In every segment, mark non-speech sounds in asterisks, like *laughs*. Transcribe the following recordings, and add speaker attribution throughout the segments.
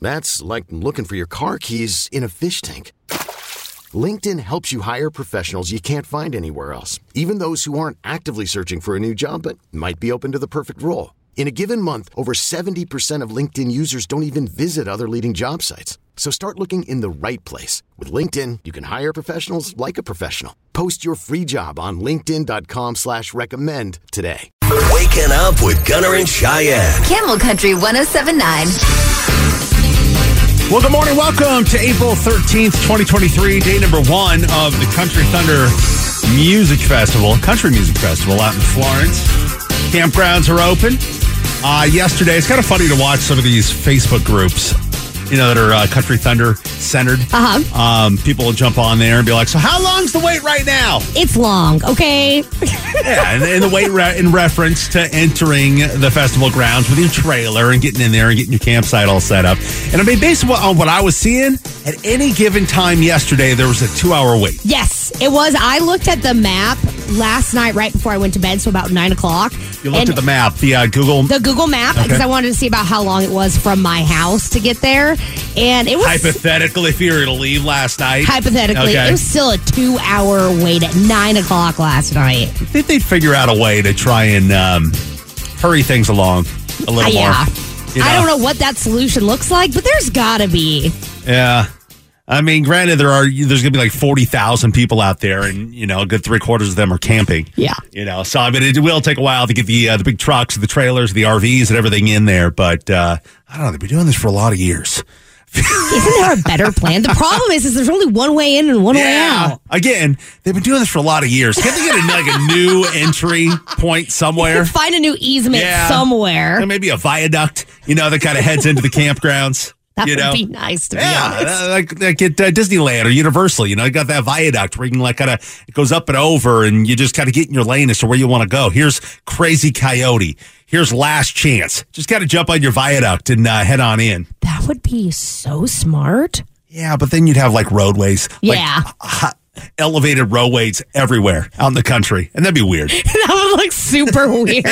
Speaker 1: That's like looking for your car keys in a fish tank. LinkedIn helps you hire professionals you can't find anywhere else, even those who aren't actively searching for a new job but might be open to the perfect role. In a given month, over 70% of LinkedIn users don't even visit other leading job sites. So start looking in the right place. With LinkedIn, you can hire professionals like a professional. Post your free job on linkedin.com slash recommend today.
Speaker 2: Waking up with Gunner and Cheyenne.
Speaker 3: Camel Country 1079.
Speaker 4: Well, good morning. Welcome to April 13th, 2023, day number one of the Country Thunder Music Festival, Country Music Festival out in Florence. Campgrounds are open. Uh, yesterday, it's kind of funny to watch some of these Facebook groups, you know, that are uh, Country Thunder centered.
Speaker 5: Uh huh.
Speaker 4: Um, people will jump on there and be like, so how long's the wait right now?
Speaker 5: It's long, okay?
Speaker 4: Yeah, and, and the wait re- in reference to entering the festival grounds with your trailer and getting in there and getting your campsite all set up. And I mean, based on what, on what I was seeing, at any given time yesterday, there was a two hour wait.
Speaker 5: yes, it was. I looked at the map last night right before I went to bed, so about 9 o'clock.
Speaker 4: You looked
Speaker 5: and
Speaker 4: at the map, the uh, Google
Speaker 5: the Google map because I wanted to see about how long it was from my house to get there. And it was
Speaker 4: hypothetical if you were to leave last night.
Speaker 5: hypothetically,
Speaker 4: okay.
Speaker 5: it was still a two hour wait at 9 o'clock last night.
Speaker 4: I think they'd figure out a way to try and um, hurry things along a little
Speaker 5: Uh, yeah.
Speaker 4: more. you
Speaker 5: I don't know what that solution looks like, but there's got to be.
Speaker 4: Yeah. I mean, granted, there are there's going to be like forty thousand people out there, and you know, a good three quarters of them are camping.
Speaker 5: Yeah.
Speaker 4: you know, so I mean, it will take a while to get the uh, the big trucks, the trailers, the RVs, and everything in there. But uh, I don't know; they've been doing this for a lot of years.
Speaker 5: Isn't there a better plan? The problem is, is there's only one way in and one way out.
Speaker 4: Again, they've been doing this for a lot of years. Can't they get a, like a new entry point somewhere?
Speaker 5: Find a new easement
Speaker 4: Yeah.
Speaker 5: somewhere.
Speaker 4: Or maybe a viaduct, you know, that kind of heads into the campgrounds.
Speaker 5: that
Speaker 4: you
Speaker 5: would
Speaker 4: know?
Speaker 5: be nice to be
Speaker 4: Yeah,
Speaker 5: honest.
Speaker 4: uh, like like at uh, Disneyland or Universal, you know, you got that viaduct where you can like kind of it goes up and over, and you just kind of get in your lane as to where you want to go. Here's Crazy Coyote. Here's Last Chance. Just got to jump on your viaduct and uh, head on in.
Speaker 5: That would be so smart. *laughs*
Speaker 4: Yeah, but then you'd have like roadways, like,
Speaker 5: Yeah.
Speaker 4: hot- elevated roadways everywhere out in
Speaker 5: *laughs*
Speaker 4: the *laughs* country, and that'd be weird.
Speaker 5: that would look super weird.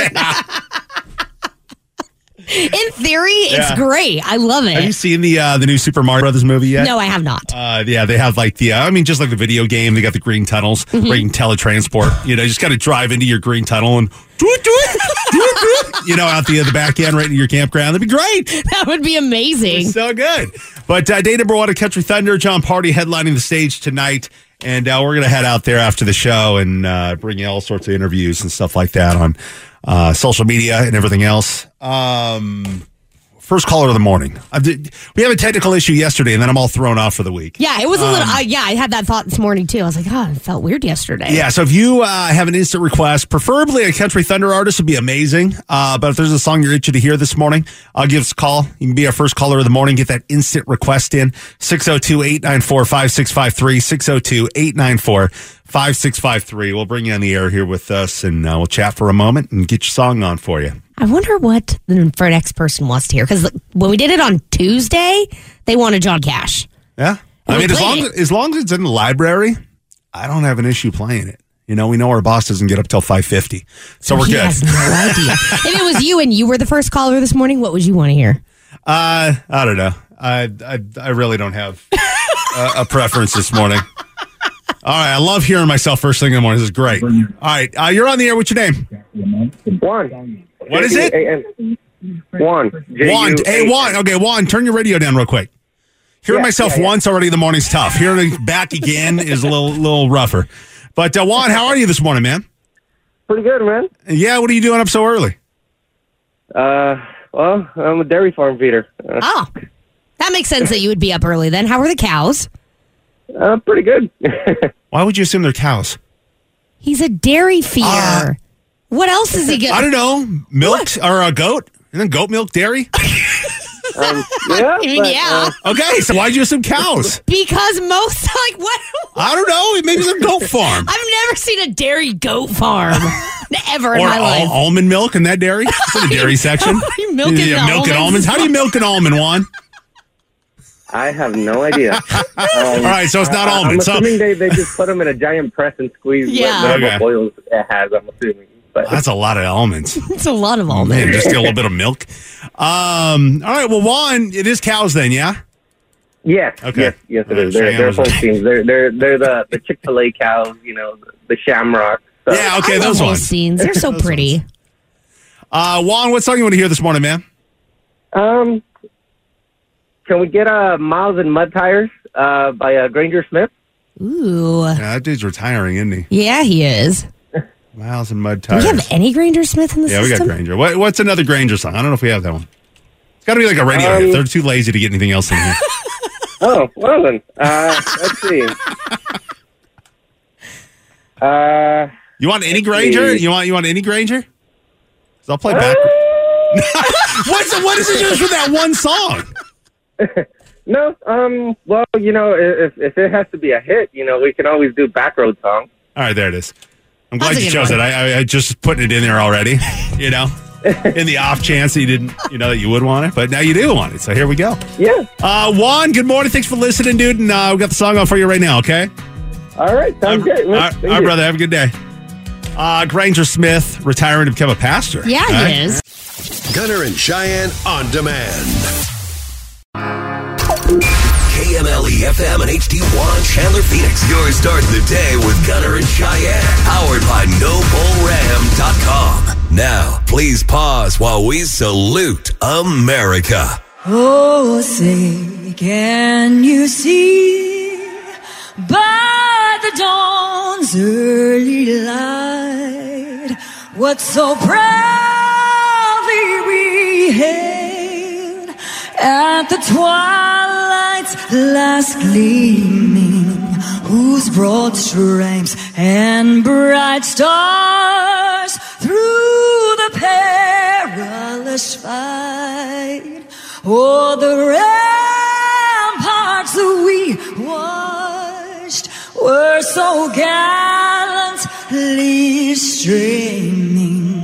Speaker 5: In theory, it's
Speaker 4: Yeah.
Speaker 5: great. I love
Speaker 4: Have you
Speaker 5: it.
Speaker 4: seen the uh, the new Super Mario Brothers movie yet?
Speaker 5: No, I have not. *laughs*
Speaker 4: Uh, yeah, they have like the, uh, I mean, just like the video game, they got the green tunnels where you can teletransport. You know, you just got to drive into your green tunnel and, doot, doot, doot, doot, you know, out the other back end right into your campground. That'd be great.
Speaker 5: That would be amazing.
Speaker 4: So good. But uh, day number one of Country Thunder, John Party headlining the stage tonight. And uh, we're going to head out there after the show and uh, bring you all sorts of interviews and stuff like that on uh, social media and everything else. Um, first caller of the morning. I did, we had a technical issue yesterday, and then I'm all thrown off for the week.
Speaker 5: Yeah, it was a little.
Speaker 4: um,
Speaker 5: I yeah, I had that thought this morning too. I was like, oh, it felt weird yesterday.
Speaker 4: Yeah, so if you uh, have an instant request, preferably a Country Thunder artist would be amazing. Uh, but if there's a song you're itching to hear this morning, uh, give us a call. You can be our first caller of the morning. Get that instant request in 602 894 5653. 602 894 5653. We'll bring you on the air here with us and uh, we'll chat for a moment and get your song on for you.
Speaker 5: I wonder what the for next person wants to hear because when we did it on Tuesday, they wanted John Cash.
Speaker 4: Yeah. I
Speaker 5: We
Speaker 4: mean, as
Speaker 5: played
Speaker 4: long as,
Speaker 5: it.
Speaker 4: as long as it's in the library, I don't have an issue playing it. You know, we know our boss doesn't get up till 550. So we're
Speaker 5: he
Speaker 4: good.
Speaker 5: has no
Speaker 4: *laughs*
Speaker 5: idea. if it was you and you were the first caller this morning, what would you want to hear?
Speaker 4: Uh, I don't know. I I, I really don't have a, a preference this morning. All right, I love hearing myself first thing in the morning. This is great. All right, uh, you're on the air. What's your name?
Speaker 6: One.
Speaker 4: What is it?
Speaker 6: J-U-A-N. One.
Speaker 4: Juan. Hey,
Speaker 6: J-U-A-N.
Speaker 4: Juan. Okay, Juan, turn your radio down real quick. Hearing
Speaker 6: Yeah,
Speaker 4: myself
Speaker 6: yeah, yeah.
Speaker 4: once already in the morning's tough. Hearing it back again is a little little rougher. But uh, Juan, how are you this morning, man?
Speaker 6: Pretty good, man.
Speaker 4: Yeah, what are you doing up so early?
Speaker 6: Uh, well, I'm a dairy farm feeder. Uh,
Speaker 5: Oh, that makes sense that you would be up early then. How are the cows?
Speaker 6: uh, pretty good. *laughs*
Speaker 4: Why would you assume they're cows?
Speaker 5: He's a dairy feeder. what else
Speaker 4: *laughs*
Speaker 5: is he
Speaker 4: Ah. I
Speaker 5: getting?
Speaker 4: don't know. Milk or a goat? And then goat milk dairy?
Speaker 6: um, yeah.
Speaker 5: *laughs* I mean,
Speaker 6: but,
Speaker 5: yeah,
Speaker 6: uh,
Speaker 4: Okay, so why'd you assume cows?
Speaker 5: because most *laughs* like what?
Speaker 4: I don't know. Maybe it's a
Speaker 5: *laughs*
Speaker 4: goat farm.
Speaker 5: I've never seen a dairy goat farm
Speaker 4: *laughs*
Speaker 5: ever in
Speaker 4: or
Speaker 5: my
Speaker 4: al-
Speaker 5: life. *laughs*
Speaker 4: almond milk in that dairy? It's in the dairy section.
Speaker 5: How are you milking
Speaker 4: yeah,
Speaker 5: the
Speaker 4: milk and almonds.
Speaker 5: almonds?
Speaker 4: How do you milk an almond, Juan?
Speaker 6: I have
Speaker 5: *laughs*
Speaker 6: no idea. Um,
Speaker 4: All right, so it's not
Speaker 6: I-
Speaker 4: almond.
Speaker 6: I'm
Speaker 4: So
Speaker 6: assuming they, they just put them in a giant press and squeeze
Speaker 5: Yeah.
Speaker 6: whatever
Speaker 4: Okay.
Speaker 6: oils it has, I'm assuming. But
Speaker 4: that's a lot of almonds.
Speaker 5: It's a lot of
Speaker 4: Oh
Speaker 5: almonds.
Speaker 4: man, just get a little bit of milk. Um, all right, well, Juan, it is cows then, yeah?
Speaker 6: yes,
Speaker 4: Okay.
Speaker 6: yes, yes, it
Speaker 4: All right,
Speaker 6: is. They're,
Speaker 4: Cheyenne
Speaker 6: they're
Speaker 4: was *laughs*
Speaker 6: whole
Speaker 4: right.
Speaker 6: teams. They're, they're, they're the, the Chick fil A cows, you know, the, the shamrocks. So.
Speaker 4: Yeah,
Speaker 5: I
Speaker 4: okay,
Speaker 5: love
Speaker 4: *laughs* those
Speaker 5: those
Speaker 4: ones.
Speaker 5: scenes. They're so pretty.
Speaker 4: Uh, Juan, what song you want to hear this morning, man?
Speaker 6: Um, can we get uh, Miles and Mud Tires uh, by uh, Granger Smith?
Speaker 5: Ooh,
Speaker 4: Yeah, that dude's retiring, isn't he?
Speaker 5: yeah, he is.
Speaker 4: Miles and Mud
Speaker 5: Do
Speaker 4: Tires.
Speaker 5: we have any Granger Smith in the
Speaker 4: yeah, we got
Speaker 5: system?
Speaker 4: Granger. What, what's another Granger song? I don't know if we have that one. It's got to be
Speaker 5: Um,
Speaker 4: like a radio hit. They're too lazy to get anything else in here.
Speaker 6: Oh, well then. Uh, let's
Speaker 4: *laughs*
Speaker 6: see. Uh,
Speaker 4: You want any Granger?
Speaker 6: see.
Speaker 4: You want you want any Granger? 'Cause I'll
Speaker 5: Uh,
Speaker 4: play
Speaker 5: *laughs*
Speaker 4: back.
Speaker 6: uh,
Speaker 4: What's the, what is it just for that one song?
Speaker 6: no, um, well, you know, i- if, if it has to be a hit, you know, we can always do backroad song.
Speaker 4: All right, there it is. I'm glad
Speaker 5: That's a
Speaker 4: you
Speaker 5: good
Speaker 4: chose
Speaker 5: one.
Speaker 4: it. I, I, I just put it in there already. *laughs* You know, in the off chance that you didn't, you know, that you would want it, but now you do want it. So here we go.
Speaker 6: Yeah.
Speaker 4: Uh, Juan, good morning. Thanks for listening, dude. And uh, we got the song on for you right now. Okay.
Speaker 6: All right. Sounds
Speaker 4: all
Speaker 6: great. man.
Speaker 4: right,
Speaker 6: Thank
Speaker 4: all right,
Speaker 6: you.
Speaker 4: brother. Have a good day. Uh, Granger Smith retiring to become a pastor.
Speaker 5: Yeah,
Speaker 4: All right.
Speaker 5: he is.
Speaker 2: Gunner and Cheyenne on demand. KMLE FM E and HD1 Chandler Phoenix. Your start of the day with Gunner and Cheyenne. Powered by NobleRam.com. Now, please pause while we salute America.
Speaker 7: Oh, say, can you see by the dawn's early light what so proudly we hailed at the twilight's last gleaming, whose broad stripes and bright stars through the perilous fight. Oh, the ramparts that we watched were so gallantly streaming.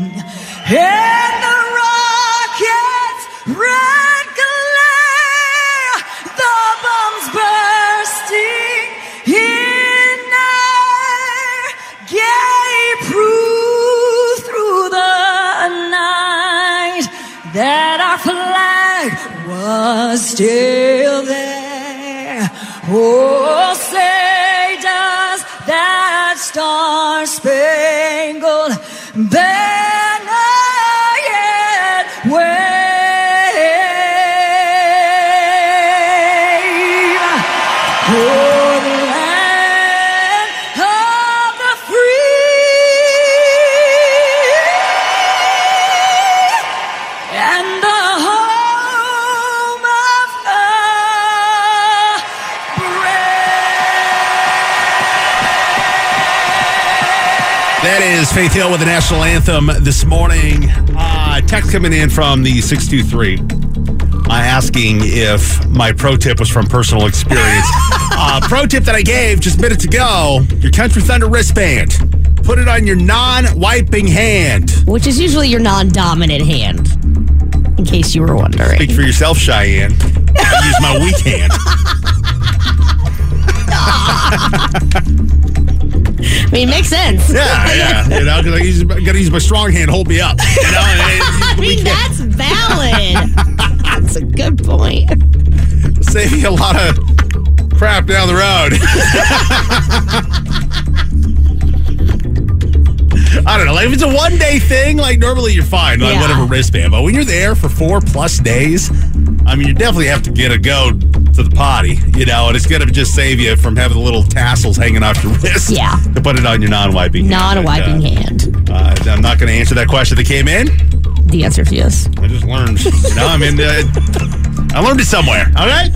Speaker 7: And the rockets red glare, the bombs bursting in air, gay proof through the night. that our flag was still there. Oh, say does that star spangled banner yet wave? For the land of the free and the home of the
Speaker 4: That is Faith Hill with the national anthem this morning. Uh, text coming in from the 623 uh, asking if my pro tip was from
Speaker 5: *laughs*
Speaker 4: personal experience. uh, pro tip that I gave just minutes ago your Country Thunder wristband. Put it on your non wiping hand.
Speaker 5: Which is usually your non dominant hand, in case you were wondering.
Speaker 4: Speak for yourself, Cheyenne. I use my weak
Speaker 5: *laughs*
Speaker 4: hand.
Speaker 5: I mean, it makes sense.
Speaker 4: *laughs*
Speaker 5: *laughs*
Speaker 4: Yeah, yeah. You know, because I use, gotta use my strong hand, to hold me up. You know, and-
Speaker 5: I mean, that's valid. that's a good point.
Speaker 4: save you a lot of crap down the road. *laughs* I don't know. Like if it's a one day thing, like normally you're fine, like
Speaker 5: Yeah.
Speaker 4: whatever wristband. But when you're there for four plus days, I mean, you definitely have to get a go to the potty, you know, and it's going to just save you from having the little tassels hanging off your *laughs* wrist.
Speaker 5: Yeah.
Speaker 4: To put it on your non wiping
Speaker 5: Not a wiping hand.
Speaker 4: Uh, I'm not going to answer that question that came in.
Speaker 5: The answer is yes.
Speaker 4: I just learned. *laughs* you know, I mean, uh, I learned it somewhere. All right,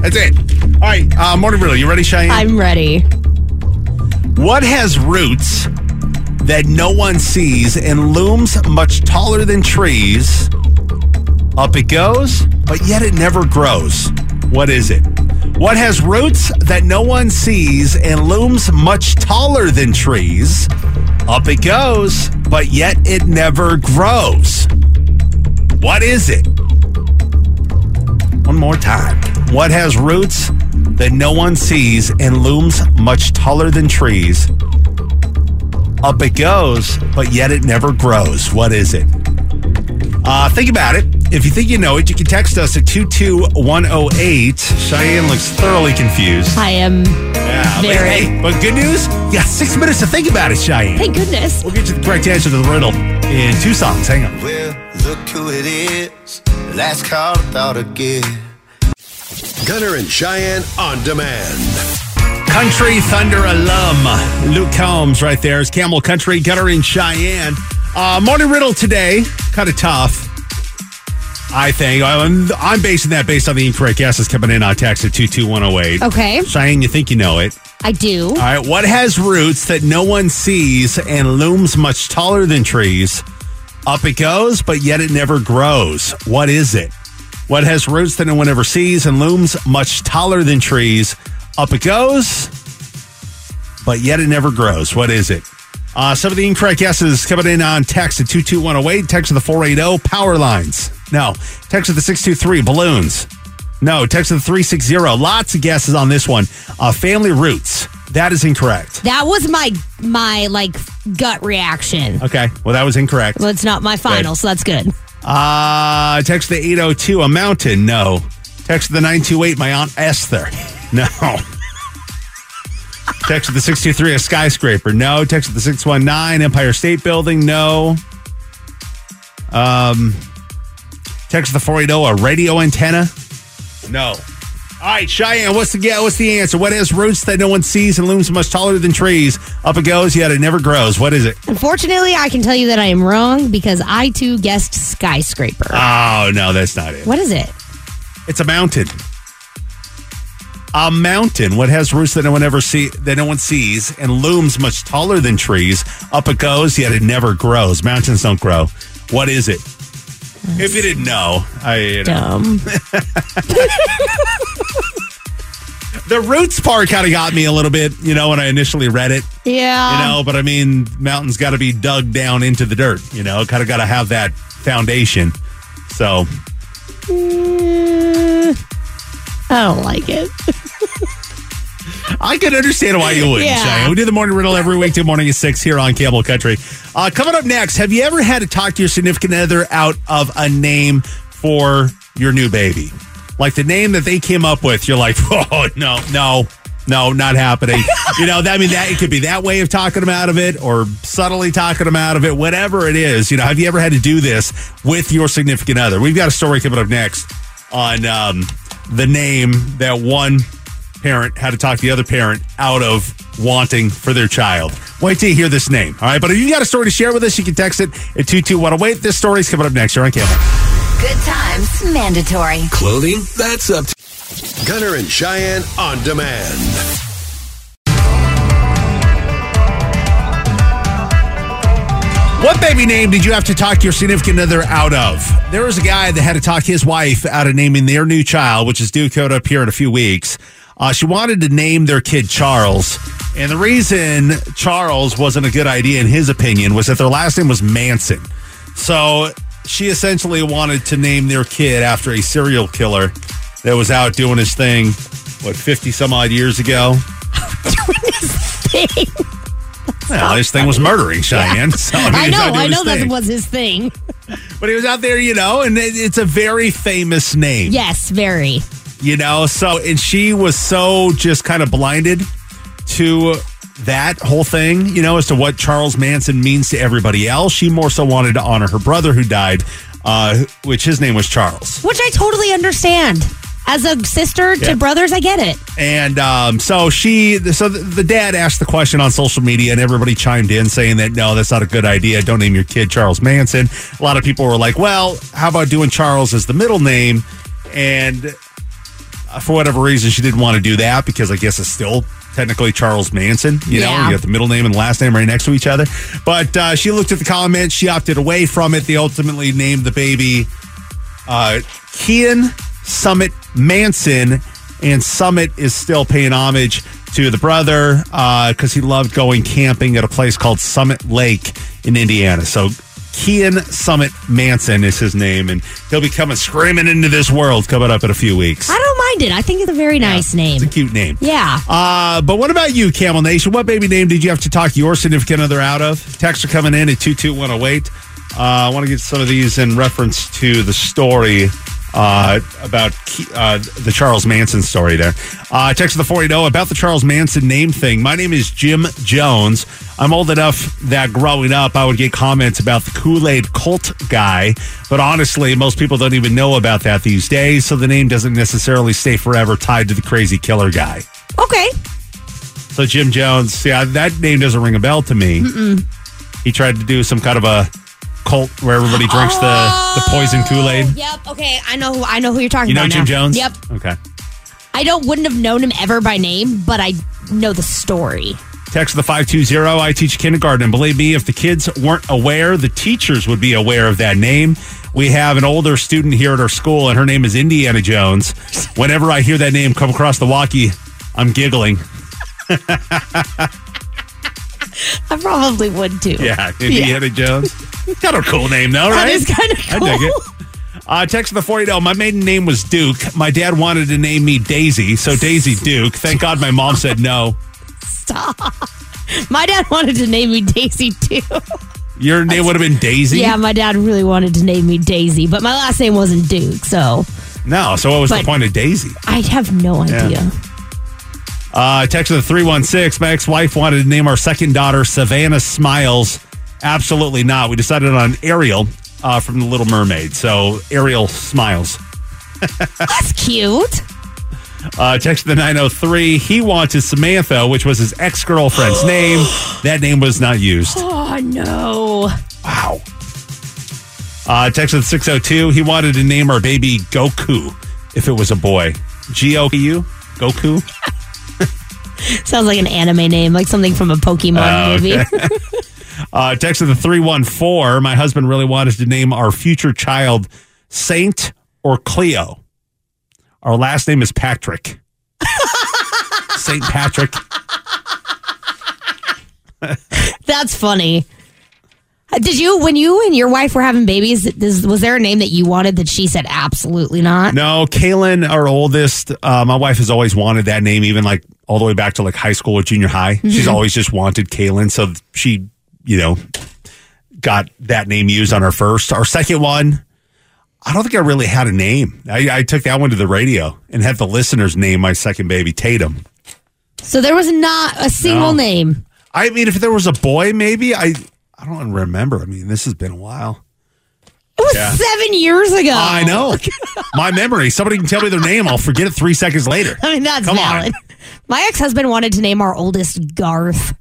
Speaker 4: that's it. All right, uh, morning riddle. You ready, Cheyenne?
Speaker 5: I'm ready.
Speaker 4: what has roots that no one sees and looms much taller than trees? Up it goes, but yet it never grows. What is it? What has roots that no one sees and looms much taller than trees? Up it goes, but yet it never grows. What is it? One more time. What has roots that no one sees and looms much taller than trees? Up it goes, but yet it never grows. What is it? Uh, think about it. If you think you know it, you can text us at 22108. Cheyenne looks thoroughly confused.
Speaker 5: I am
Speaker 4: Yeah, but,
Speaker 5: very.
Speaker 4: hey, but good news, you got six minutes to think about it, Cheyenne.
Speaker 5: Thank goodness.
Speaker 4: We'll get you the correct answer to the riddle in two songs. Hang on.
Speaker 8: Well, look who it is. Last call thought again.
Speaker 2: Gunner and Cheyenne on demand.
Speaker 4: Country Thunder alum Luke Combs right there is Camel Country Gunner in Cheyenne. Uh, morning riddle today, kind of tough. I think I'm, I'm basing that based on the incorrect guesses coming in on text at two two one zero eight.
Speaker 5: Okay.
Speaker 4: Cheyenne, you think you know it?
Speaker 5: I do.
Speaker 4: All right. What has roots that no one sees and looms much taller than trees? Up it goes, but yet it never grows. What is it? What has roots that no one ever sees and looms much taller than trees? Up it goes, but yet it never grows. What is it? Uh, some of the incorrect guesses coming in on text at 22108, text to the 480, power lines. No, text to the 623, balloons. No, text to the 360. Lots of guesses on this one. Uh, family roots. That is incorrect.
Speaker 5: That was my my like gut reaction.
Speaker 4: Okay. Well, that was incorrect.
Speaker 5: Well, it's not my final, so that's good.
Speaker 4: Uh, text the 802, a mountain. No. Text the 928, my Aunt Esther. No. *laughs* text the 623, a skyscraper. No. Text the 619, Empire State Building. No. Um, text the 480, a radio antenna. No. All right, Cheyenne, what's the yeah, what's the answer? What has roots that no one sees and looms much taller than trees? Up it goes, yet it never grows. What is it?
Speaker 5: Unfortunately, I can tell you that I am wrong because I too guessed skyscraper.
Speaker 4: Oh no, that's not it.
Speaker 5: What is it?
Speaker 4: It's a mountain. A mountain. What has roots that no one ever see that no one sees and looms much taller than trees. Up it goes, yet it never grows. Mountains don't grow. What is it? if you didn't know, I you know.
Speaker 5: Dumb.
Speaker 4: the roots part kind of got me a little bit, you know, when I initially read it.
Speaker 5: Yeah.
Speaker 4: you know, but I mean, mountains got to be dug down into the dirt. You know, kind of got to have that foundation. So
Speaker 5: Mm, I don't like it.
Speaker 4: uh, I can understand why you would.
Speaker 9: Yeah.
Speaker 4: We do the morning riddle every weekday morning at six here on Cable Country. Uh, coming up next, have you ever had to talk to your significant other out of a name for your new baby? Like the name that they came up with, you're like, *laughs* oh no, no, no, not happening. you know, that, I mean, that it could be that way of talking them out of it, or subtly talking them out of it, whatever it is. You know, have you ever had to do this with your significant other? We've got a story coming up next on um, the name that one parent had to talk the other parent out of wanting for their child. Wait till you hear this name. All right. But if you got a story to share with us, you can text it at 22108. This story's coming up next here on Cable.
Speaker 3: Good times
Speaker 5: *laughs*
Speaker 3: mandatory.
Speaker 2: Clothing? That's up to Gunner and Cheyenne on demand.
Speaker 4: What baby name did you have to talk your significant other out of? There was a guy that had to talk his wife out of naming their new child, which is due code up here in a few weeks. Uh, she wanted to name their kid Charles. And the reason Charles wasn't a good idea, in his opinion, was that their last name was Manson. So she essentially wanted to name their kid after a serial killer that was out doing his thing, what, 50 some odd years ago? Well, his thing was murdering Cheyenne. *laughs* So, mean,
Speaker 5: I
Speaker 4: he's
Speaker 5: know,
Speaker 4: out doing
Speaker 5: I
Speaker 4: his
Speaker 5: know that
Speaker 4: thing.
Speaker 5: was his thing.
Speaker 4: But he was out there, you know, and it, it's a very famous name,
Speaker 5: Yes, very.
Speaker 4: you know. So, and she was so just kind of blinded to that whole thing, you know, as to what Charles Manson means to everybody else. She more so wanted to honor her brother who died, uh, which his name was Charles.
Speaker 5: Which I totally understand. As a sister
Speaker 4: Yeah.
Speaker 5: to brothers, I get it.
Speaker 4: And um, so she, so the the dad asked the question on social media, and everybody chimed in saying that no, that's not a good idea. Don't name your kid Charles Manson. A lot of people were like, well, how about doing Charles as the middle name? And uh, for whatever reason, she didn't want to do that because I guess it's still technically Charles Manson. You know,
Speaker 9: Yeah.
Speaker 4: you got the middle name and last name right next to each other. But uh, she looked at the comments, she opted away from it. They ultimately named the baby uh, Kian Summit Manson, and Summit is still paying homage to the brother because he loved going camping at a place called Summit Lake in Indiana. So Kian Summit Manson is his name, and he'll be coming screaming into this world coming up in a few weeks.
Speaker 5: I don't mind it. I think it's a very nice name.
Speaker 4: It's a cute name.
Speaker 5: Yeah.
Speaker 4: *laughs* Uh, but what about you, Camel Nation? What baby name did you have to talk your significant other out of? Texts are coming in at 22108. Uh, I want to get some of these in reference to the story uh, about Ke- uh, the Charles Manson story there. Uh, text to the 480 about the Charles Manson name thing. My name is Jim Jones. I'm old enough that growing up, I would get comments about the Kool Aid cult guy. But honestly, most people don't even know about that these days. So the name doesn't necessarily stay forever tied to the crazy killer guy.
Speaker 5: Okay.
Speaker 4: So Jim Jones, yeah, that name doesn't ring a bell to me.
Speaker 5: Mm-mm.
Speaker 4: He tried to do some kind of a cult where everybody drinks the, the poison Kool Aid.
Speaker 5: Oh, Yep. Okay. I know. Who, I know who you're talking
Speaker 4: You know
Speaker 5: about.
Speaker 4: Jim
Speaker 5: now.
Speaker 4: Jones?
Speaker 5: Yep.
Speaker 4: Okay.
Speaker 5: I don't. Wouldn't have known him ever by name, but I know the story.
Speaker 4: Text the 520. I teach kindergarten. And believe me, if the kids weren't aware, the teachers would be aware of that name. We have an older student here at our school, and her name is Indiana Jones. Whenever I hear that name come across the walkie, I'm giggling.
Speaker 5: I probably would too. *laughs*
Speaker 4: Yeah, Indiana Jones. Kind of a cool name, though,
Speaker 5: That
Speaker 4: right?
Speaker 5: is kinda
Speaker 4: I dig it. Uh, text the 40 My maiden name was Duke. My dad wanted to name me Daisy, so Daisy Duke. Thank God my mom said no.
Speaker 5: Stop. My dad wanted to name me Daisy too.
Speaker 4: Your name would have been Daisy?
Speaker 5: Yeah, my dad really wanted to name me Daisy, but my last name wasn't Duke, so
Speaker 4: No, so what was the
Speaker 5: But-
Speaker 4: point of Daisy?
Speaker 5: I have no
Speaker 4: Yeah.
Speaker 5: idea.
Speaker 4: Uh, text the 316. My ex wife wanted to name our second daughter Savannah Smiles. Absolutely not. We decided on Ariel uh, from The Little Mermaid. So Ariel Smiles.
Speaker 5: That's cute.
Speaker 4: Uh, text the 903. He wanted Samantha, which was his ex girlfriend's name. That name was not used.
Speaker 5: Oh no.
Speaker 4: Wow. Uh, text the 602. He wanted to name our baby Goku if it was a boy. G O K U? Goku?
Speaker 5: Sounds like an anime name, like something from a Pokemon
Speaker 4: Oh,
Speaker 5: movie.
Speaker 4: *laughs* okay. uh, text of the 314. My husband really wanted to name our future child Saint or Cleo. Our last name is Patrick. Saint Patrick.
Speaker 5: That's funny. Did you, when you and your wife were having babies, this, was there a name that you wanted that she said absolutely not?
Speaker 4: No, Kaylin, our oldest, uh, my wife has always wanted that name, even like all the way back to like high school or junior high. She's
Speaker 5: Mhm.
Speaker 4: always just wanted Kaylin. So she, you know, got that name used on her first. Our second one, I don't think I really had a name. I, I took that one to the radio and had the listeners name my second baby Tatum.
Speaker 5: So there was not a single
Speaker 4: No.
Speaker 5: name.
Speaker 4: I mean, if there was a boy, maybe I, I don't remember. I mean, this has been a while.
Speaker 5: It was
Speaker 4: Yeah.
Speaker 5: seven years ago.
Speaker 4: I know. My memory. Somebody can tell me their name. I'll forget it three seconds later.
Speaker 5: I mean, that's
Speaker 4: Come
Speaker 5: valid.
Speaker 4: on.
Speaker 5: My ex husband wanted to name our oldest Garth,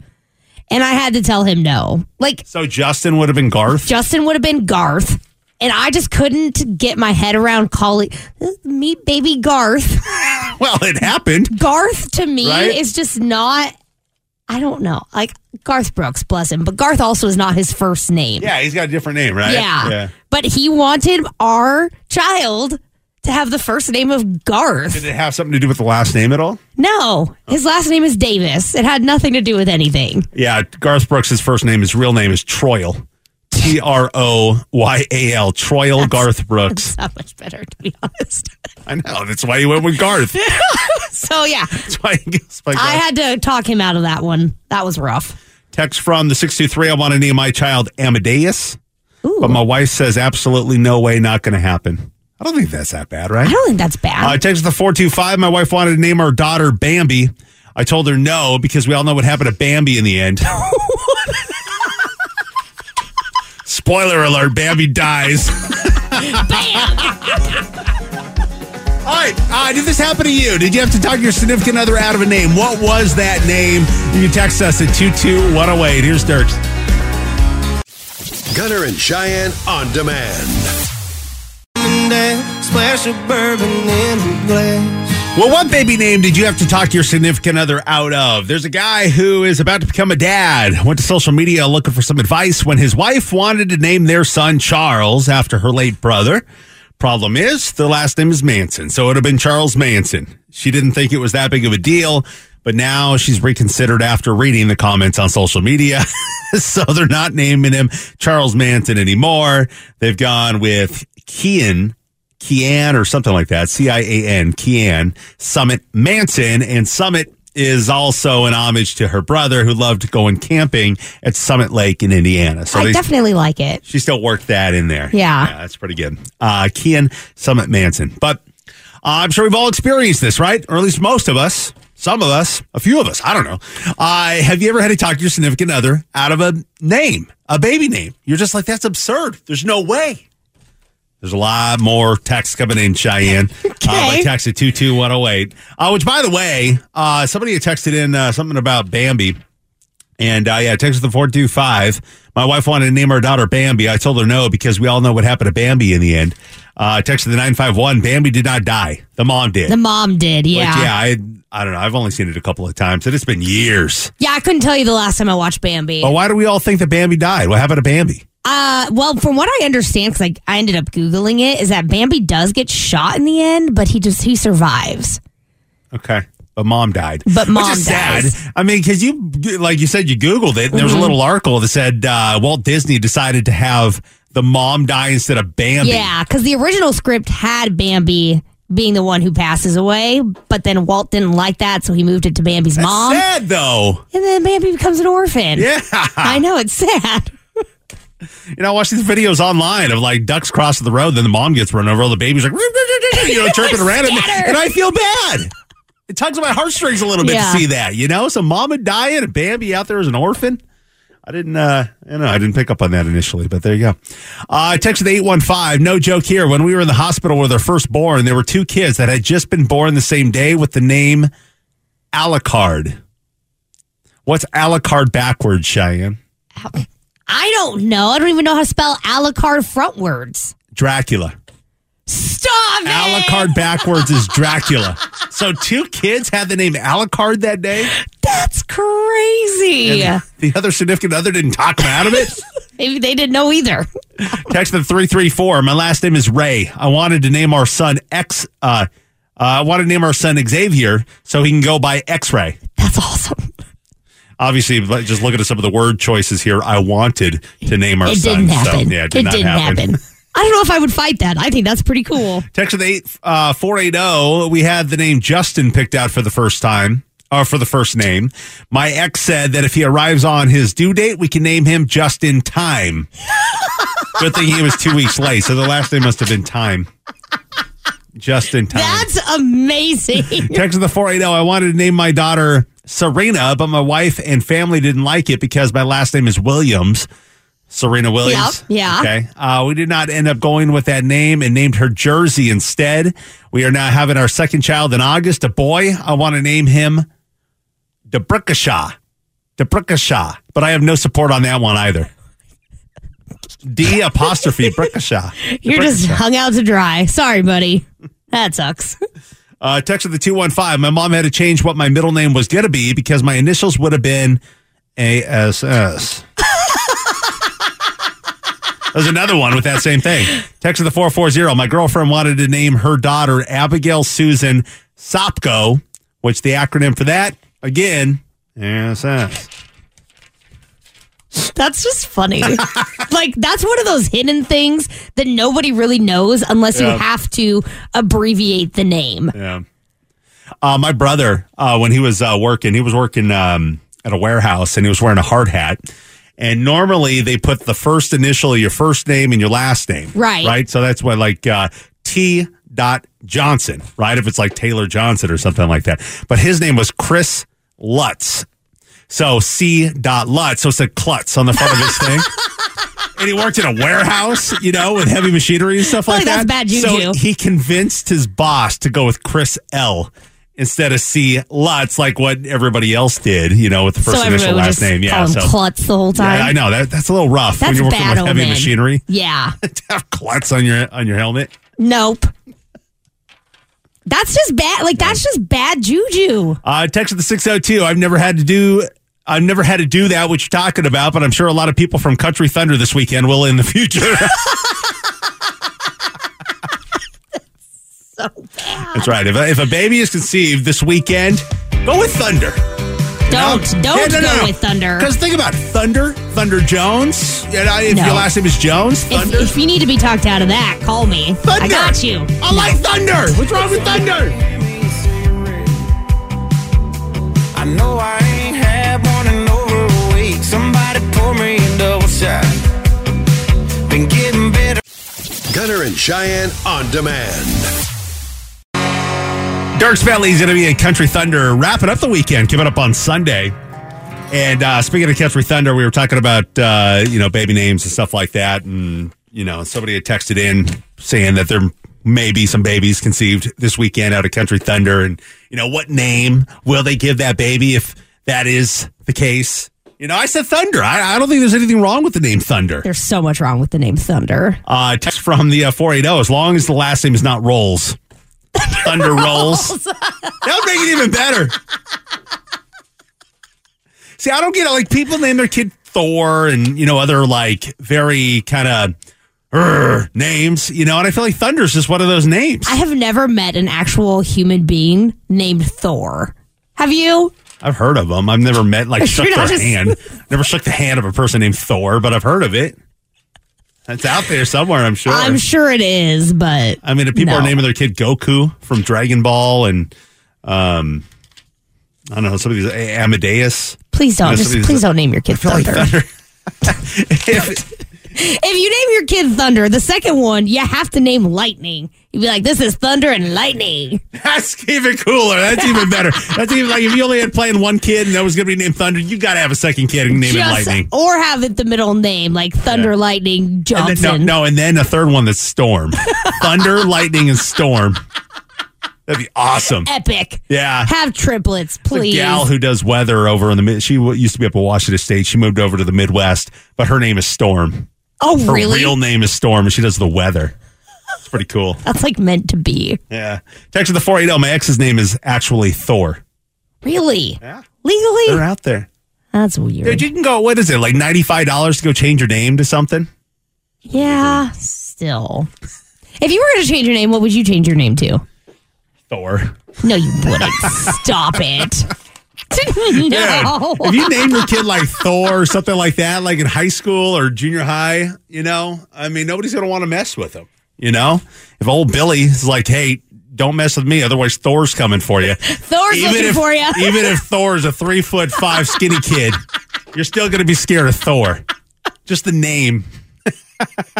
Speaker 5: and I had to tell him no. Like,
Speaker 4: So Justin would have been Garth.
Speaker 5: Justin would have been Garth. And I just couldn't get my head around calling "Uh, meet baby Garth.
Speaker 4: *laughs* well, it happened.
Speaker 5: Garth to me
Speaker 4: Right?
Speaker 5: is just not. I don't know. Like Garth Brooks, bless him, but Garth also is not his first name.
Speaker 4: Yeah, he's got a different name, right?
Speaker 5: Yeah. But he wanted our child to have the first name of Garth.
Speaker 4: Did it have something to do with the last name at all?
Speaker 5: No, his last name is Davis. It had nothing to do with anything. *laughs*
Speaker 4: Yeah, Garth Brooks' first name, his real name is Troyal. T R O Y A L. Troyal Garth
Speaker 5: *laughs*
Speaker 4: Brooks.
Speaker 5: Not much better, to be honest. *laughs*
Speaker 4: I know. That's why he went with Garth.
Speaker 5: so, yeah.
Speaker 4: That's why he goes by Garth.
Speaker 5: I had to talk him out of that one. That was rough.
Speaker 4: Text from the 623 I want to name my child Amadeus. But my wife says, absolutely no way, not going to happen. I don't think that's that bad, right?
Speaker 5: I don't think that's bad.
Speaker 4: Uh, text the 425. My wife wanted to name our daughter Bambi. I told her no because we all know what happened to Bambi in the end. *laughs*
Speaker 5: *laughs*
Speaker 4: Spoiler alert Bambi dies. All right. Uh, did this happen to you? Did you have to talk your significant other out of a name? What was that name? You can text us at 22108. Here's Dirks.
Speaker 9: Gunner and Cheyenne on demand.
Speaker 8: Splash of bourbon in a glass.
Speaker 4: Well, what baby name did you have to talk your significant other out of? There's a guy who is about to become a dad. Went to social media looking for some advice when his wife wanted to name their son Charles after her late brother. Problem is, their last name is Manson, so it would have been Charles Manson. She didn't think it was that big of a deal, but now she's reconsidered after reading the comments on social media. *laughs* so they're not naming him Charles Manson anymore. They've gone with Kean Kian or something like that. C I A N, Kian Summit Manson. And Summit is also an homage to her brother who loved going camping at Summit Lake in Indiana. So
Speaker 5: I
Speaker 4: they,
Speaker 5: definitely like it.
Speaker 4: she still worked that in there.
Speaker 5: Yeah.
Speaker 4: that's pretty good. Uh, Kian Summit Manson. But uh, I'm sure we've all experienced this, right? Or at least most of us. Some of us, a few of us, I don't know. Uh, have you ever had to talk to your significant other out of a name, a baby name? You're just like, that's absurd. There's no way. There's a lot more texts coming in, Cheyenne. Uh, by text at 22108. Uh, which, by the way, uh, somebody had texted in uh, something about Bambi. And uh, yeah, text the 425. My wife wanted to name our daughter Bambi. I told her no because we all know what happened to Bambi in the end. Uh, text to the 951. Bambi did not die. The mom did.
Speaker 5: The mom did, yeah.
Speaker 4: Like, yeah, I, I don't know. I've only seen it a couple of times, and it's been years.
Speaker 5: Yeah, I couldn't tell you the last time I watched Bambi.
Speaker 4: But why do we all think that Bambi died? What happened to Bambi?
Speaker 5: Uh, well, from what I understand, because I, I ended up googling it, is that Bambi does get shot in the end, but he just he survives.
Speaker 4: Okay. But mom died.
Speaker 5: But mom
Speaker 4: Which is
Speaker 5: dies.
Speaker 4: sad. I mean, because you, like you said, you Googled it, and there was a
Speaker 5: Mhm.
Speaker 4: little article that said uh, Walt Disney decided to have the mom die instead of Bambi.
Speaker 5: Yeah, because the original script had Bambi being the one who passes away, but then Walt didn't like that, so he moved it to Bambi's
Speaker 4: That's
Speaker 5: mom,
Speaker 4: sad, though.
Speaker 5: and then Bambi becomes an orphan.
Speaker 4: Yeah.
Speaker 5: I know it's sad.
Speaker 4: You know, I watch these videos online of like ducks crossing the road, then the mom gets run over, all the baby's like, *laughs* you know, chirping around, and,
Speaker 5: Scatter.
Speaker 4: and I feel bad. It tugs at my heartstrings a little bit
Speaker 5: Yeah.
Speaker 4: to see that, you know? So mama dying and Bambi out there as an orphan. I didn't, uh, I don't know, I didn't pick up on that initially, but there you go. Uh, I texted 815, no joke here. When we were in the hospital with our firstborn, there were two kids that had just been born the same day with the name Alucard. What's Alucard backwards, Cheyenne?
Speaker 5: I don't know. I don't even know how to spell Alucard frontwards.
Speaker 4: Dracula.
Speaker 5: Stop it!
Speaker 4: Alucard backwards is Dracula. So two kids had the name Alucard that day.
Speaker 5: That's crazy.
Speaker 4: And The other significant other didn't talk them out of it.
Speaker 5: Maybe they didn't know either. *laughs*
Speaker 4: Text the three three four. My last name is Ray. I wanted to name our son X. Uh, uh, I wanted to name our son Xavier so he can go by X Ray.
Speaker 5: That's awesome.
Speaker 4: obviously, but just looking at some of the word choices here, I wanted to name our
Speaker 5: It
Speaker 4: son.
Speaker 5: didn't happen.
Speaker 4: So, yeah, it, did
Speaker 5: It
Speaker 4: not
Speaker 5: didn't happen. I don't know if I would fight that. I think that's pretty
Speaker 4: *laughs*
Speaker 5: cool.
Speaker 4: Text of the eight uh, four eight zero. We had the name Justin picked out for the first time, or for the first name. My ex said that if he arrives on his due date, we can name him Justin Time. Good thing he was two weeks late, so the last name must have been Time. Justin Time.
Speaker 5: That's
Speaker 4: *laughs*
Speaker 5: amazing.
Speaker 4: Text of the 480. I wanted to name my daughter Serena, but my wife and family didn't like it because my last name is Williams. Serena Williams.
Speaker 5: Yep, yeah.
Speaker 4: Okay. Uh, we did not end up going with that name and named her Jersey instead. We are now having our second child in August, a boy. I want to name him Debrickashaw. Debrickashaw. But I have no support on that one either. D apostrophe Brickashaw.
Speaker 5: You're just hung out to dry. Sorry, buddy. That sucks. *laughs*
Speaker 4: Uh, text of the 215. My mom had to change what my middle name was going to be because my initials would have been ASS. *laughs* There's another one with that same thing. Text of the 440. My girlfriend wanted to name her daughter Abigail Susan Sopko, which the acronym for that, again, ASS.
Speaker 5: That's just
Speaker 4: *laughs*
Speaker 5: funny. like that's one of those hidden things that nobody really knows unless
Speaker 4: Yeah.
Speaker 5: you have to abbreviate the name.
Speaker 4: Yeah. Uh, my brother, uh, when he was uh, working, he was working um, at a warehouse and he was wearing a hard hat. And normally they put the first initial of your first name and your last name.
Speaker 5: Right.
Speaker 4: Right. So that's why, like, uh, T. Dot Johnson, right? If it's like Taylor Johnson or something like that. But his name was Chris Lutz. So C. Dot Lutz. So it's a klutz on the front
Speaker 5: *laughs*
Speaker 4: of his thing. And he worked in a warehouse, you know, with heavy machinery and stuff
Speaker 5: I feel
Speaker 4: like
Speaker 5: like
Speaker 4: that.
Speaker 5: that's bad
Speaker 4: So
Speaker 5: juju.
Speaker 4: he convinced his boss to go with Chris L instead of C Lutz, like what everybody else did, you know, with the first
Speaker 5: so everybody
Speaker 4: initial
Speaker 5: would
Speaker 4: last
Speaker 5: just
Speaker 4: name. Yeah,
Speaker 5: call him
Speaker 4: so
Speaker 5: klutz the whole time.
Speaker 4: yeah, I know that that's a little rough when
Speaker 5: That's
Speaker 4: you're working
Speaker 5: bad
Speaker 4: with heavy
Speaker 5: omen.
Speaker 4: machinery. *laughs*
Speaker 5: Yeah.
Speaker 4: to have klutz on your on your helmet.
Speaker 5: Nope. That's just bad. Like that's just bad juju.
Speaker 4: Uh, text of the six zero two. I've never had to do. I've never had to do that, which you're talking about, but I'm sure a lot of people from Country Thunder this weekend will in the future. *laughs*
Speaker 5: So bad.
Speaker 4: That's right. If a, if a baby is conceived this weekend, go with Thunder.
Speaker 5: Don't
Speaker 4: No.
Speaker 5: don't
Speaker 4: Yeah, no,
Speaker 5: go
Speaker 4: no, no.
Speaker 5: with thunder.
Speaker 4: Because think about it, Thunder, Thunder Jones. You know, if
Speaker 5: No.
Speaker 4: your last name is Jones,
Speaker 5: If,
Speaker 4: Thunder.
Speaker 5: if you need to be talked out of that, call me. I
Speaker 4: Thunder.
Speaker 5: got you.
Speaker 4: I like Thunder. What's wrong with Thunder?
Speaker 8: I know I ain't had one in over a week. Somebody pour me a double shot. Been getting better.
Speaker 9: Gunner and Cheyenne on demand.
Speaker 4: Dirks Bentley is going to be at Country Thunder wrapping up the weekend, coming up on Sunday. And uh, speaking of Country Thunder, we were talking about uh, you know baby names and stuff like that, and you know somebody had texted in saying that there may be some babies conceived this weekend out of Country Thunder, and you know what name will they give that baby if that is the case? You know, I said Thunder. I, I don't think there's anything wrong with the name Thunder.
Speaker 5: There's so much wrong with the name Thunder.
Speaker 4: Uh, text from the uh, 480. As long as the last name is not Rolls.
Speaker 5: *laughs*
Speaker 4: Thunder Rolls. that would make it even better. See, I don't get it. Like, people name their kid Thor and, you know, other, like, very kind of names, you know, and I feel like Thunder's just one of those names.
Speaker 5: I have never met an actual human being named Thor. Have you?
Speaker 4: I've heard of them. I've never met, like, shook
Speaker 5: You're
Speaker 4: their
Speaker 5: not just-
Speaker 4: hand. Never shook the hand of a person named Thor, but I've heard of it. It's out there somewhere, I'm sure.
Speaker 5: I'm sure it is, but
Speaker 4: I mean, if people
Speaker 5: no.
Speaker 4: are naming their kid Goku from Dragon Ball and, um, I don't know, some of these A- Amadeus. *laughs*
Speaker 5: Please
Speaker 4: You
Speaker 5: don't.
Speaker 4: know, some
Speaker 5: Just
Speaker 4: of these-
Speaker 5: please don't name your kid Thunder.
Speaker 4: If-
Speaker 5: If you name your kid Thunder, the second one you have to name Lightning. You'd be like, "This is Thunder and Lightning."
Speaker 4: that's even cooler. That's even better. That's even like if you only had playing one kid and that was going to be named Thunder, you got to have a second kid and name it
Speaker 5: Just-
Speaker 4: Lightning.
Speaker 5: Or have it the middle name like Thunder Lightning
Speaker 4: And
Speaker 5: Johnson.
Speaker 4: then, no, no, and then a third one that's Storm. Thunder, *laughs* Lightning, and Storm. That'd be awesome.
Speaker 5: Epic.
Speaker 4: Yeah.
Speaker 5: Have triplets, please.
Speaker 4: The gal who does weather over in the mid, she w- used to be up at Washington State. She moved over to the Midwest, but her name is Storm.
Speaker 5: Oh,
Speaker 4: her
Speaker 5: really?
Speaker 4: real name is Storm, and she does the weather. It's pretty cool.
Speaker 5: That's like meant to be.
Speaker 4: Yeah. Text to the four eight zero. My ex's name is actually Thor.
Speaker 5: Really? Yeah. Legally?
Speaker 4: They're out there.
Speaker 5: That's weird.
Speaker 4: Dude, you can go. What is it like ninety five dollars to go change your name to something?
Speaker 5: yeah. Still. If you were going to change your name, what would you change your name to?
Speaker 4: Thor. *laughs*
Speaker 5: No, you wouldn't. Stop it. *laughs* no.
Speaker 4: If you name your kid like Thor or something like that, like in high school or junior high, you know, I mean, nobody's going to want to mess with him. You know, if old Billy is like, hey, don't mess with me, otherwise Thor's coming for you.
Speaker 5: Thor's looking
Speaker 4: if,
Speaker 5: for you.
Speaker 4: *laughs* even if Thor's a three foot five skinny kid, you're still going to be scared of Thor. Just the name. *laughs*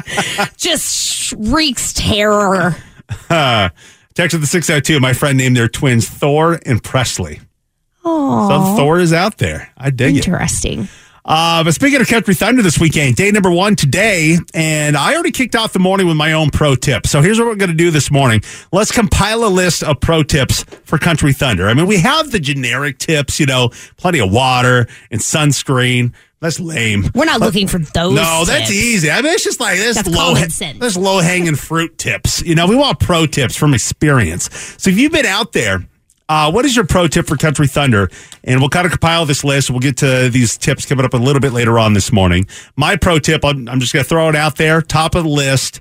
Speaker 5: just shrieks terror.
Speaker 4: Uh, text of the 602. My friend named their twins Thor and Presley.
Speaker 5: Oh,
Speaker 4: So Thor is out there. I dig
Speaker 5: interesting.
Speaker 4: Uh, but speaking of Country Thunder this weekend, day number one today, and I already kicked off the morning with my own pro tip. So here's what we're going to do this morning. Let's compile a list of pro tips for Country Thunder. I mean, we have the generic tips, you know, plenty of water and sunscreen. That's lame.
Speaker 5: We're not looking for those.
Speaker 4: No, that's
Speaker 5: tips.
Speaker 4: easy. I mean, it's just like this
Speaker 5: That's
Speaker 4: low,
Speaker 5: common sense.
Speaker 4: this low hanging fruit *laughs* tips. You know, we want pro tips from experience. So if you've been out there, uh, what is your pro tip for Country Thunder? And we'll kind of compile this list. We'll get to these tips coming up a little bit later on this morning. My pro tip, I'm, I'm just going to throw it out there, top of the list.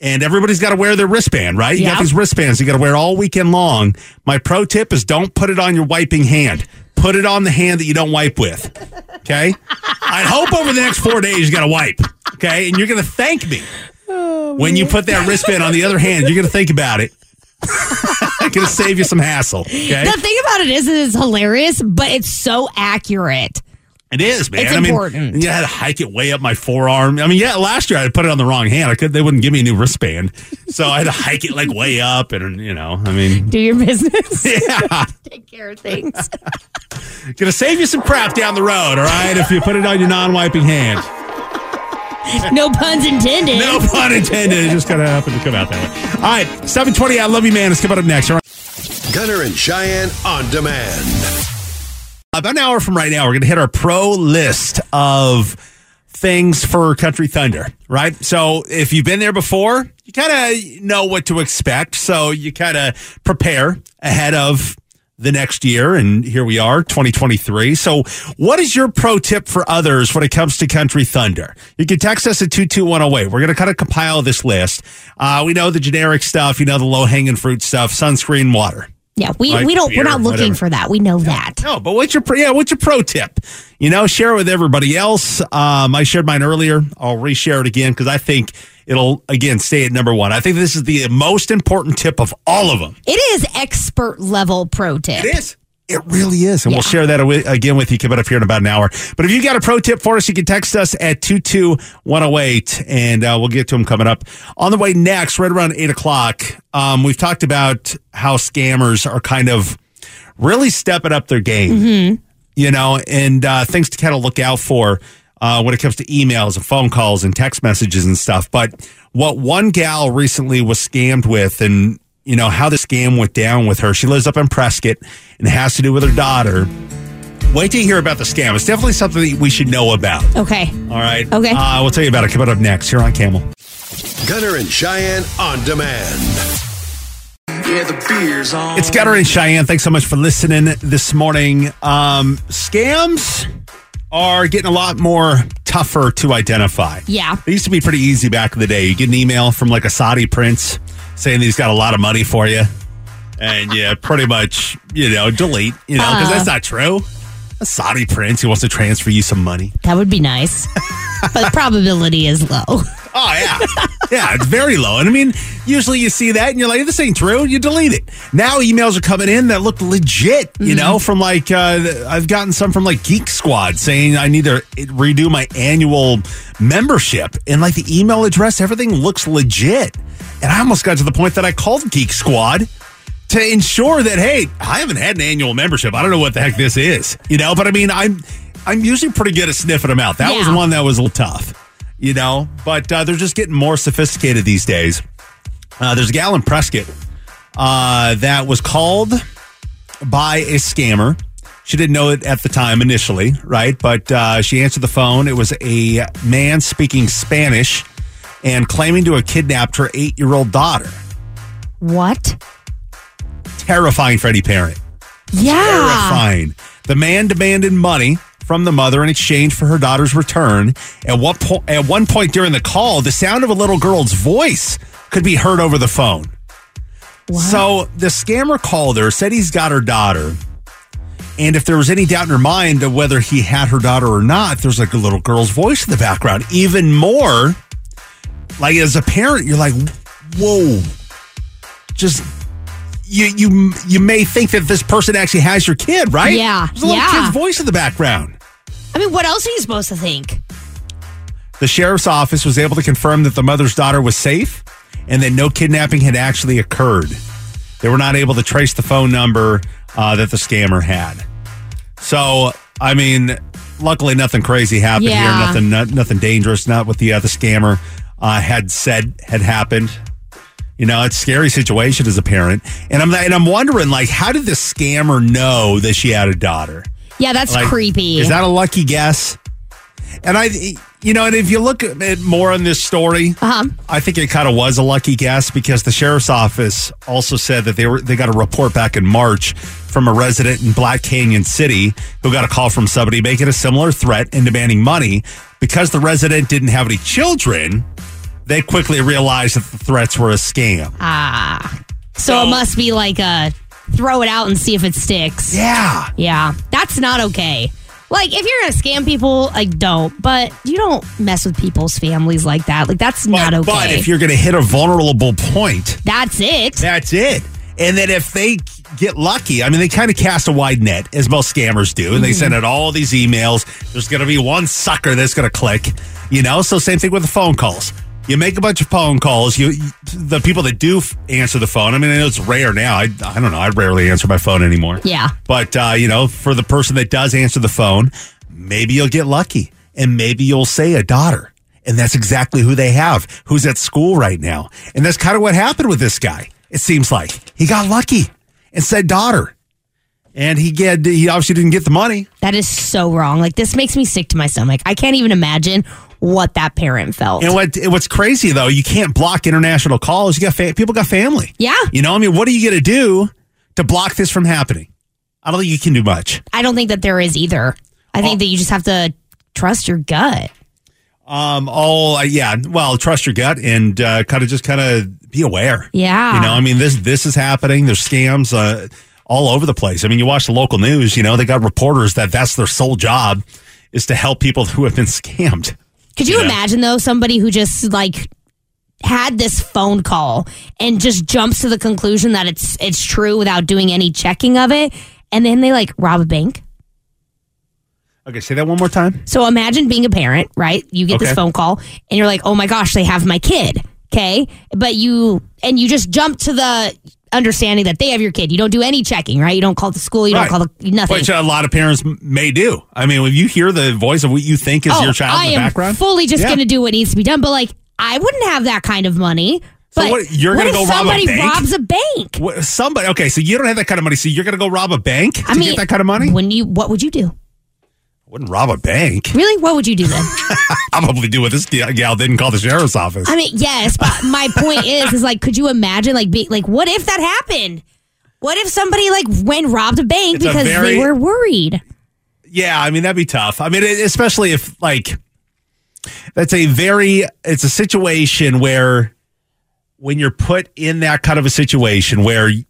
Speaker 4: And everybody's got to wear their wristband, right? You
Speaker 5: Yeah.
Speaker 4: got these wristbands you got to wear all weekend long. My pro tip is don't put it on your wiping hand. Put it on the hand that you don't wipe with. Okay? I hope over the next four days you got to wipe. Okay? And you're going to thank me.
Speaker 5: Oh,
Speaker 4: when you put that wristband on the other hand, you're going to think about it. *laughs* I'm going to save you some hassle. Okay?
Speaker 5: The thing about it is, it is hilarious, but it's so accurate.
Speaker 4: It is, man.
Speaker 5: It's
Speaker 4: I mean,
Speaker 5: important.
Speaker 4: Yeah, I had to hike it way up my forearm. I mean, yeah, last year I put it on the wrong hand. I could they wouldn't give me a new wristband, so I had to hike it like way up, and you know, I mean, *laughs*
Speaker 5: Do your business. *laughs*
Speaker 4: yeah,
Speaker 5: Take care of things.
Speaker 4: gonna save you some crap down the road. All right, if you put it on your non-wiping hand.
Speaker 5: no puns intended.
Speaker 4: No pun intended. It just kind of happened to come out that way. All right, seven twenty. I love you, man. It's coming up next. All right.
Speaker 9: Gunner and Cheyenne on demand.
Speaker 4: About an hour from right now, we're going to hit our pro list of things for Country Thunder, right? So if you've been there before, you kind of know what to expect. So you kind of prepare ahead of the next year. And here we are, 2023. So what is your pro tip for others when it comes to Country Thunder? You can text us at 22108. We're going to kind of compile this list. Uh, we know the generic stuff, you know, the low hanging fruit stuff, sunscreen, water.
Speaker 5: Yeah, we,
Speaker 4: Like
Speaker 5: we don't.
Speaker 4: beer,
Speaker 5: we're not looking
Speaker 4: whatever.
Speaker 5: for that. We know that.
Speaker 4: No, but what's your pro- yeah? What's your pro tip? You know, share it with everybody else. Um, I shared mine earlier. I'll reshare it again because I think it'll again stay at number one. I think this is the most important tip of all of them.
Speaker 5: It is expert level pro tip.
Speaker 4: It is. It really is. And we'll share that awi- again with you coming up here in about an hour. But if you got a pro tip for us, you can text us at 22108 and uh, we'll get to them coming up. On the way next, right around 8 o'clock, um, we've talked about how scammers are kind of really stepping up their game, you know, and uh, things to kind of look out for uh, when it comes to emails and phone calls and text messages and stuff. But what one gal recently was scammed with and, you know, how the scam went down with her. She lives up in Prescott and it has to do with her daughter. Wait till you hear about the scam. It's definitely something that we should know about.
Speaker 5: Okay.
Speaker 4: All right.
Speaker 5: Okay.
Speaker 4: Uh, we'll tell you about it coming up next here on Camel.
Speaker 9: Gunner and Cheyenne on demand.
Speaker 8: Yeah, the beer's on.
Speaker 4: It's Gunner and Cheyenne. Thanks so much for listening this morning. Um, scams are getting a lot more tougher to identify.
Speaker 5: Yeah.
Speaker 4: It used to be pretty easy back in the day. You get an email from like a Saudi prince saying that he's got a lot of money for you. And yeah, pretty much, you know, delete, you know, because
Speaker 5: Uh.
Speaker 4: that's not true. A Saudi prince who wants to transfer you some money.
Speaker 5: That would be
Speaker 4: *laughs*
Speaker 5: nice, but the probability is low.
Speaker 4: Oh yeah, yeah, it's very low. And I mean, usually you see that and you're like, "This ain't true." You delete it. Now emails are coming in that look legit. You know, from like uh, th- I've gotten some from like Geek Squad saying I need to redo my annual membership, and like the email address, everything looks legit. And I almost got to the point that I called Geek Squad to ensure that hey, I haven't had an annual membership. I don't know what the heck this is, you know. But I mean, I'm I'm usually pretty good at sniffing them out. That was
Speaker 5: Yeah.
Speaker 4: one that was a little tough, you know. But uh, they're just getting more sophisticated these days. Uh, there's a gal in Prescott uh, that was called by a scammer. She didn't know it at the time initially, right? But uh, she answered the phone. It was a man speaking Spanish and claiming to have kidnapped her eight year old daughter.
Speaker 5: What?
Speaker 4: Terrifying for any parent.
Speaker 5: Yeah.
Speaker 4: terrifying. The man demanded money from the mother in exchange for her daughter's return. At what po- at one point during the call, the sound of a little girl's voice could be heard over the phone. So the scammer called her, said he's got her daughter, And if there was any doubt in her mind of whether he had her daughter or not, there's like a little girl's voice in the background. Even more, like as a parent, you're like, whoa, just you you you may think that this person actually has your kid, right?
Speaker 5: Yeah,
Speaker 4: There's a little
Speaker 5: yeah.
Speaker 4: kid's voice in the background.
Speaker 5: I mean, what else are you supposed to think?
Speaker 4: The sheriff's office was able to confirm that the mother's daughter was safe and that no kidnapping had actually occurred. They were not able to trace the phone number uh, that the scammer had. So, I mean, luckily nothing crazy happened
Speaker 5: Yeah.
Speaker 4: here. Nothing, not, nothing dangerous. Not what the uh, the scammer uh, had said had happened. You know, it's a scary situation as a parent, and I'm and I'm wondering like, how did the scammer know that she had a daughter?
Speaker 5: Yeah, that's
Speaker 4: Like,
Speaker 5: creepy.
Speaker 4: Is that a lucky guess? And I, you know, and if you look at it more on this story,
Speaker 5: Uh-huh.
Speaker 4: I think it kind of was a lucky guess because the sheriff's office also said that they were they got a report back in March from a resident in Black Canyon City who got a call from somebody making a similar threat and demanding money. Because the resident didn't have any children, they quickly realized that the threats were a scam.
Speaker 5: ah, so,
Speaker 4: Oh.
Speaker 5: it must be like a throw it out and see if it sticks.
Speaker 4: Yeah,
Speaker 5: yeah, that's not okay. Like if you're gonna scam people, like don't. But you don't mess with people's families like that. Like that's not okay.
Speaker 4: But if you're going to hit a vulnerable point,
Speaker 5: that's it.
Speaker 4: That's it. And then if they get lucky, I mean, they kind of cast a wide net, as most scammers do, and they
Speaker 10: Mhm.
Speaker 4: send out all these emails. There's going to be one sucker that's going to click, you know. So same thing with the phone calls. You make a bunch of phone calls. You, the people that do f- answer the phone. I mean, I know it's rare now. I, I don't know. I rarely answer my phone anymore.
Speaker 5: Yeah.
Speaker 4: But uh, you know, for the person that does answer the phone, maybe you'll get lucky, and maybe you'll say a daughter, and that's exactly who they have, who's at school right now, and that's kind of what happened with this guy. It seems like he got lucky and said daughter, and he get he obviously didn't get the money.
Speaker 5: That is so wrong. Like this makes me sick to my stomach. I can't even imagine what that parent felt.
Speaker 4: And what what's crazy though, you can't block international calls. You got fa- people got family.
Speaker 5: Yeah.
Speaker 4: You know, I mean, what are you going to do to block this from happening? I don't think you can do much.
Speaker 5: I don't think that there is either. I
Speaker 4: Oh.
Speaker 5: think that you just have to trust your gut.
Speaker 4: Um. All uh, yeah. Well, trust your gut and uh, kind of just kind of be aware.
Speaker 5: Yeah.
Speaker 4: You know, I mean this this is happening. There's scams uh, all over the place. I mean, you watch the local news. You know, they got reporters that that's their sole job is to help people *laughs* who have been scammed.
Speaker 5: Could you
Speaker 4: Yeah.
Speaker 5: imagine though somebody who just like had this phone call and just jumps to the conclusion that it's it's true without doing any checking of it and then they like rob a bank?
Speaker 4: Okay, say that one more time.
Speaker 5: So imagine being a parent, right? You get
Speaker 4: Okay.
Speaker 5: this phone call and you're like, "Oh my gosh, they have my kid." Okay? But you and you just jump to the understanding that they have your kid. You don't do any checking, right? You don't call the school, you
Speaker 4: Right.
Speaker 5: don't call the nothing.
Speaker 4: Which a lot of parents m- may do. I mean, when you hear the voice of what you think is
Speaker 5: oh,
Speaker 4: your child
Speaker 5: I
Speaker 4: in the
Speaker 5: am
Speaker 4: background,
Speaker 5: fully just
Speaker 4: Yeah.
Speaker 5: going to do what needs to be done. But like, I wouldn't have that kind of money.
Speaker 4: So
Speaker 5: But
Speaker 4: what, you're
Speaker 5: what
Speaker 4: gonna
Speaker 5: if
Speaker 4: go rob a
Speaker 5: somebody
Speaker 4: bank?
Speaker 5: robs a bank?
Speaker 4: What, somebody. Okay, so you don't have that kind of money. So you're going to go rob a bank to
Speaker 5: I mean,
Speaker 4: get that kind of money?
Speaker 5: When you, what would you do?
Speaker 4: Wouldn't rob a bank.
Speaker 5: Really, what would you do then?
Speaker 4: Probably do what this g- gal didn't call the sheriff's office.
Speaker 5: I mean, yes, but my
Speaker 4: *laughs*
Speaker 5: point is, is like, could you imagine, like, be, like, what if that happened? What if somebody like went and robbed a bank
Speaker 4: It's a
Speaker 5: because
Speaker 4: very-
Speaker 5: they were worried?
Speaker 4: Yeah, I mean that'd be tough. I mean, it- especially if like that's a very it's a situation where when you're put in that kind of a situation where y-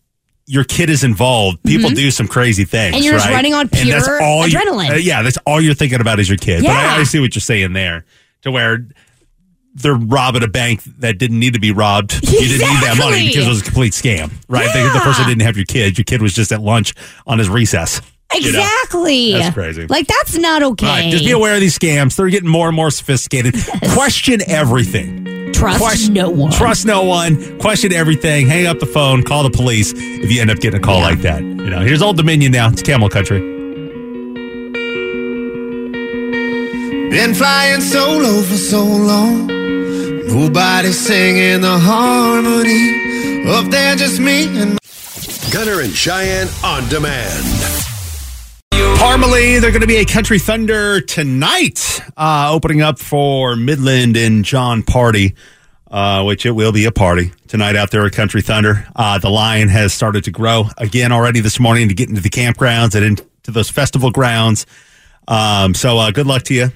Speaker 4: your kid is involved, people do some crazy things,
Speaker 5: Mm-hmm. And you're just
Speaker 4: right?
Speaker 5: running on
Speaker 4: And that's
Speaker 5: pure
Speaker 4: all you-
Speaker 5: adrenaline.
Speaker 4: uh, yeah, that's all you're thinking about is your kid. But
Speaker 5: Yeah.
Speaker 4: I, I see what you're saying there, to where they're robbing a bank that didn't need to be robbed. You didn't need that
Speaker 11: Exactly.
Speaker 4: money because it was a complete scam, right? The, the person didn't have your kid. Your kid was just at lunch on his recess. you know?
Speaker 5: Exactly.
Speaker 4: That's crazy.
Speaker 5: Like, that's not okay.
Speaker 4: All right, just be aware of these scams. They're getting more and more sophisticated. Question everything.
Speaker 5: Trust no one.
Speaker 4: Trust no one. Question everything. Hang up the phone. Call the police if you end up getting a call like that. You know, here's Old Dominion now. It's Camel Country.
Speaker 10: Been flying solo for so long. Nobody singing the harmony. Up there, just me and
Speaker 9: Gunner and Cheyenne on demand.
Speaker 4: Parmalee, they're going to be a Country Thunder tonight, uh, opening up for Midland and John Party, uh, which it will be a party tonight out there at Country Thunder. Uh, the line has started to grow again already this morning to get into the campgrounds and into those festival grounds. Um, so uh, good luck to you.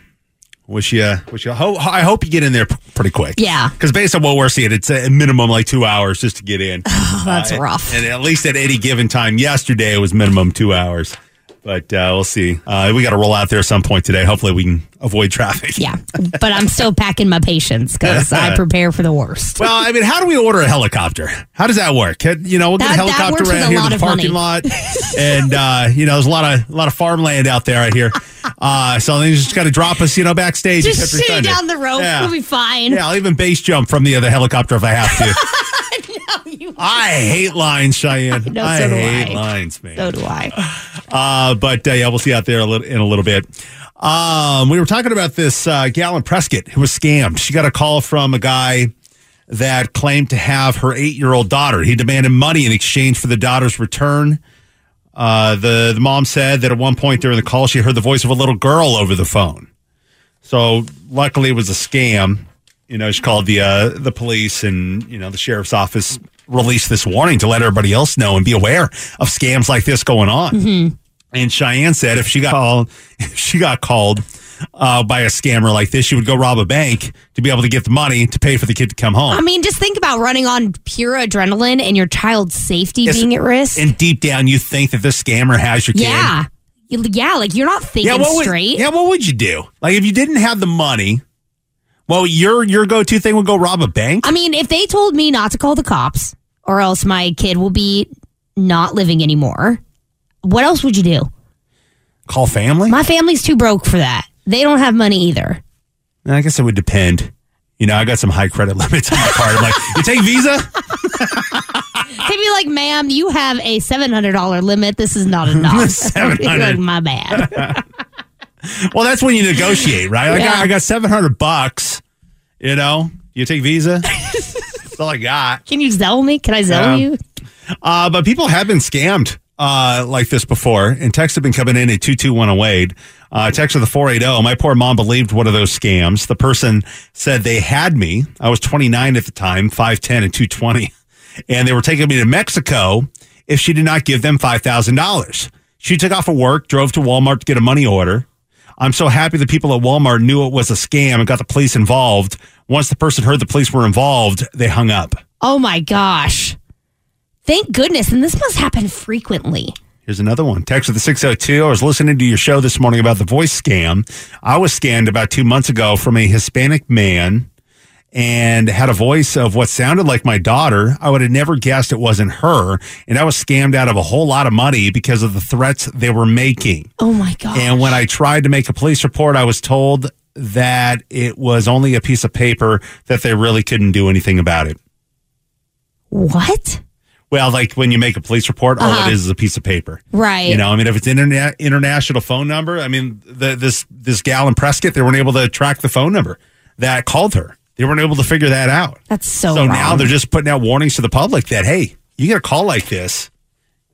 Speaker 4: Wish you, wish you. Ho- I hope you get in there p- pretty quick.
Speaker 5: Yeah.
Speaker 4: because based on what we're seeing, it's a minimum like two hours just to get in.
Speaker 5: that's rough.
Speaker 4: And at least at any given time yesterday, it was minimum two hours. But uh, we'll see. Uh, we got to roll out there at some point today. Hopefully, we can avoid traffic.
Speaker 5: Yeah. But I'm still packing my patience because
Speaker 4: *laughs*
Speaker 5: I prepare for the worst.
Speaker 4: Well, I mean, how do we order a helicopter? How does that work? Can- You know, we'll get
Speaker 5: That-
Speaker 4: a
Speaker 5: that
Speaker 4: helicopter
Speaker 5: works with
Speaker 4: around
Speaker 5: a
Speaker 4: here
Speaker 5: lot
Speaker 4: to the
Speaker 5: of money.
Speaker 4: parking lot,
Speaker 5: *laughs*
Speaker 4: and uh, you know, there's a lot of a lot of farmland out there. I hear. Uh, so they just got to drop us, you know, backstage. at
Speaker 5: Just
Speaker 4: Country
Speaker 5: shoot it
Speaker 4: Thunder.
Speaker 5: down the rope.
Speaker 4: Yeah.
Speaker 5: We'll be fine.
Speaker 4: Yeah, I'll even base jump from the other helicopter if I
Speaker 5: *laughs*
Speaker 4: have to.
Speaker 5: no, *laughs* you
Speaker 4: I hate lines, Cheyenne.
Speaker 5: No,
Speaker 4: I
Speaker 5: so do
Speaker 4: hate
Speaker 5: I.
Speaker 4: lines, man.
Speaker 5: So do
Speaker 4: *sighs*
Speaker 5: I.
Speaker 4: Uh, but uh, yeah, we'll see you out there a little, in a little bit. Um, we were talking about this uh, gal in Prescott who was scammed. She got a call from a guy that claimed to have her eight year old daughter. He demanded money in exchange for the daughter's return. Uh, the, the mom said that at one point during the call, she heard the voice of a little girl over the phone. So luckily, it was a scam. You know, she called the uh, the police, and you know, the sheriff's office released this warning to let everybody else know and be aware of scams like this going on. And Cheyenne said if she got called, *laughs* if she got called uh, by a scammer like this, she would go rob a bank to be able to get the money to pay for the kid to come home.
Speaker 5: I mean, just think about running on pure adrenaline and your child's safety
Speaker 4: It's-
Speaker 5: being at risk.
Speaker 4: And deep down, you think that this scammer has your kid.
Speaker 5: yeah. You- Yeah, like you're not thinking
Speaker 4: yeah, what
Speaker 5: straight.
Speaker 4: Would, yeah, what would you do? Like if you didn't have the money, well, your your go to thing would go rob a bank.
Speaker 5: I mean, if they told me not to call the cops or else my kid will be not living anymore, what else would you do?
Speaker 4: Call family.
Speaker 5: My family's too broke for that. They don't have money either.
Speaker 4: I guess it would depend. You know, I got some high credit *laughs* limits on my card. I'm like, you take Visa?
Speaker 5: They'd be like, ma'am, you have a $700 limit. This is
Speaker 4: *laughs*
Speaker 5: not enough.
Speaker 4: $700.
Speaker 5: You're like, my bad.
Speaker 4: Well, that's when you negotiate, right? I got
Speaker 5: Yeah.
Speaker 4: I got seven hundred bucks. You know, you take Visa. *laughs* that's all I got.
Speaker 5: Can you sell me? Can I sell
Speaker 4: Yeah.
Speaker 5: you?
Speaker 4: Uh, but people have been scammed uh, like this before, and texts have been coming in at 22108. Uh, text of the 480. My poor mom believed one of those scams. The person said they had me. I was 29 at the time, 5'10 and 220. And they were taking me to Mexico if she did not give them $5,000. She took off of work, drove to Walmart to get a money order. I'm so happy the people at Walmart knew it was a scam and got the police involved. Once the person heard the police were involved, they hung up.
Speaker 5: Oh my gosh. Thank goodness. And this must happen frequently.
Speaker 4: Here's another one. Text with the 602. I was listening to your show this morning about the voice scam. I was scammed about two months ago from a Hispanic man and had a voice of what sounded like my daughter. I would have never guessed it wasn't her. And I was scammed out of a whole lot of money because of the threats they were making.
Speaker 5: Oh my God.
Speaker 4: And when I tried to make a police report, I was told that it was only a piece of paper that they really couldn't do anything about it.
Speaker 5: What?
Speaker 4: Well, like when you make a police report, all it is is a piece of paper.
Speaker 5: Right.
Speaker 4: You know, I mean, if it's an interna- international phone number, I mean, the, this this gal in Prescott, they weren't able to track the phone number that called her. They weren't able to figure that out.
Speaker 5: That's so,
Speaker 4: so now
Speaker 5: wrong.
Speaker 4: they're just putting out warnings to the public that hey, you get a call like this,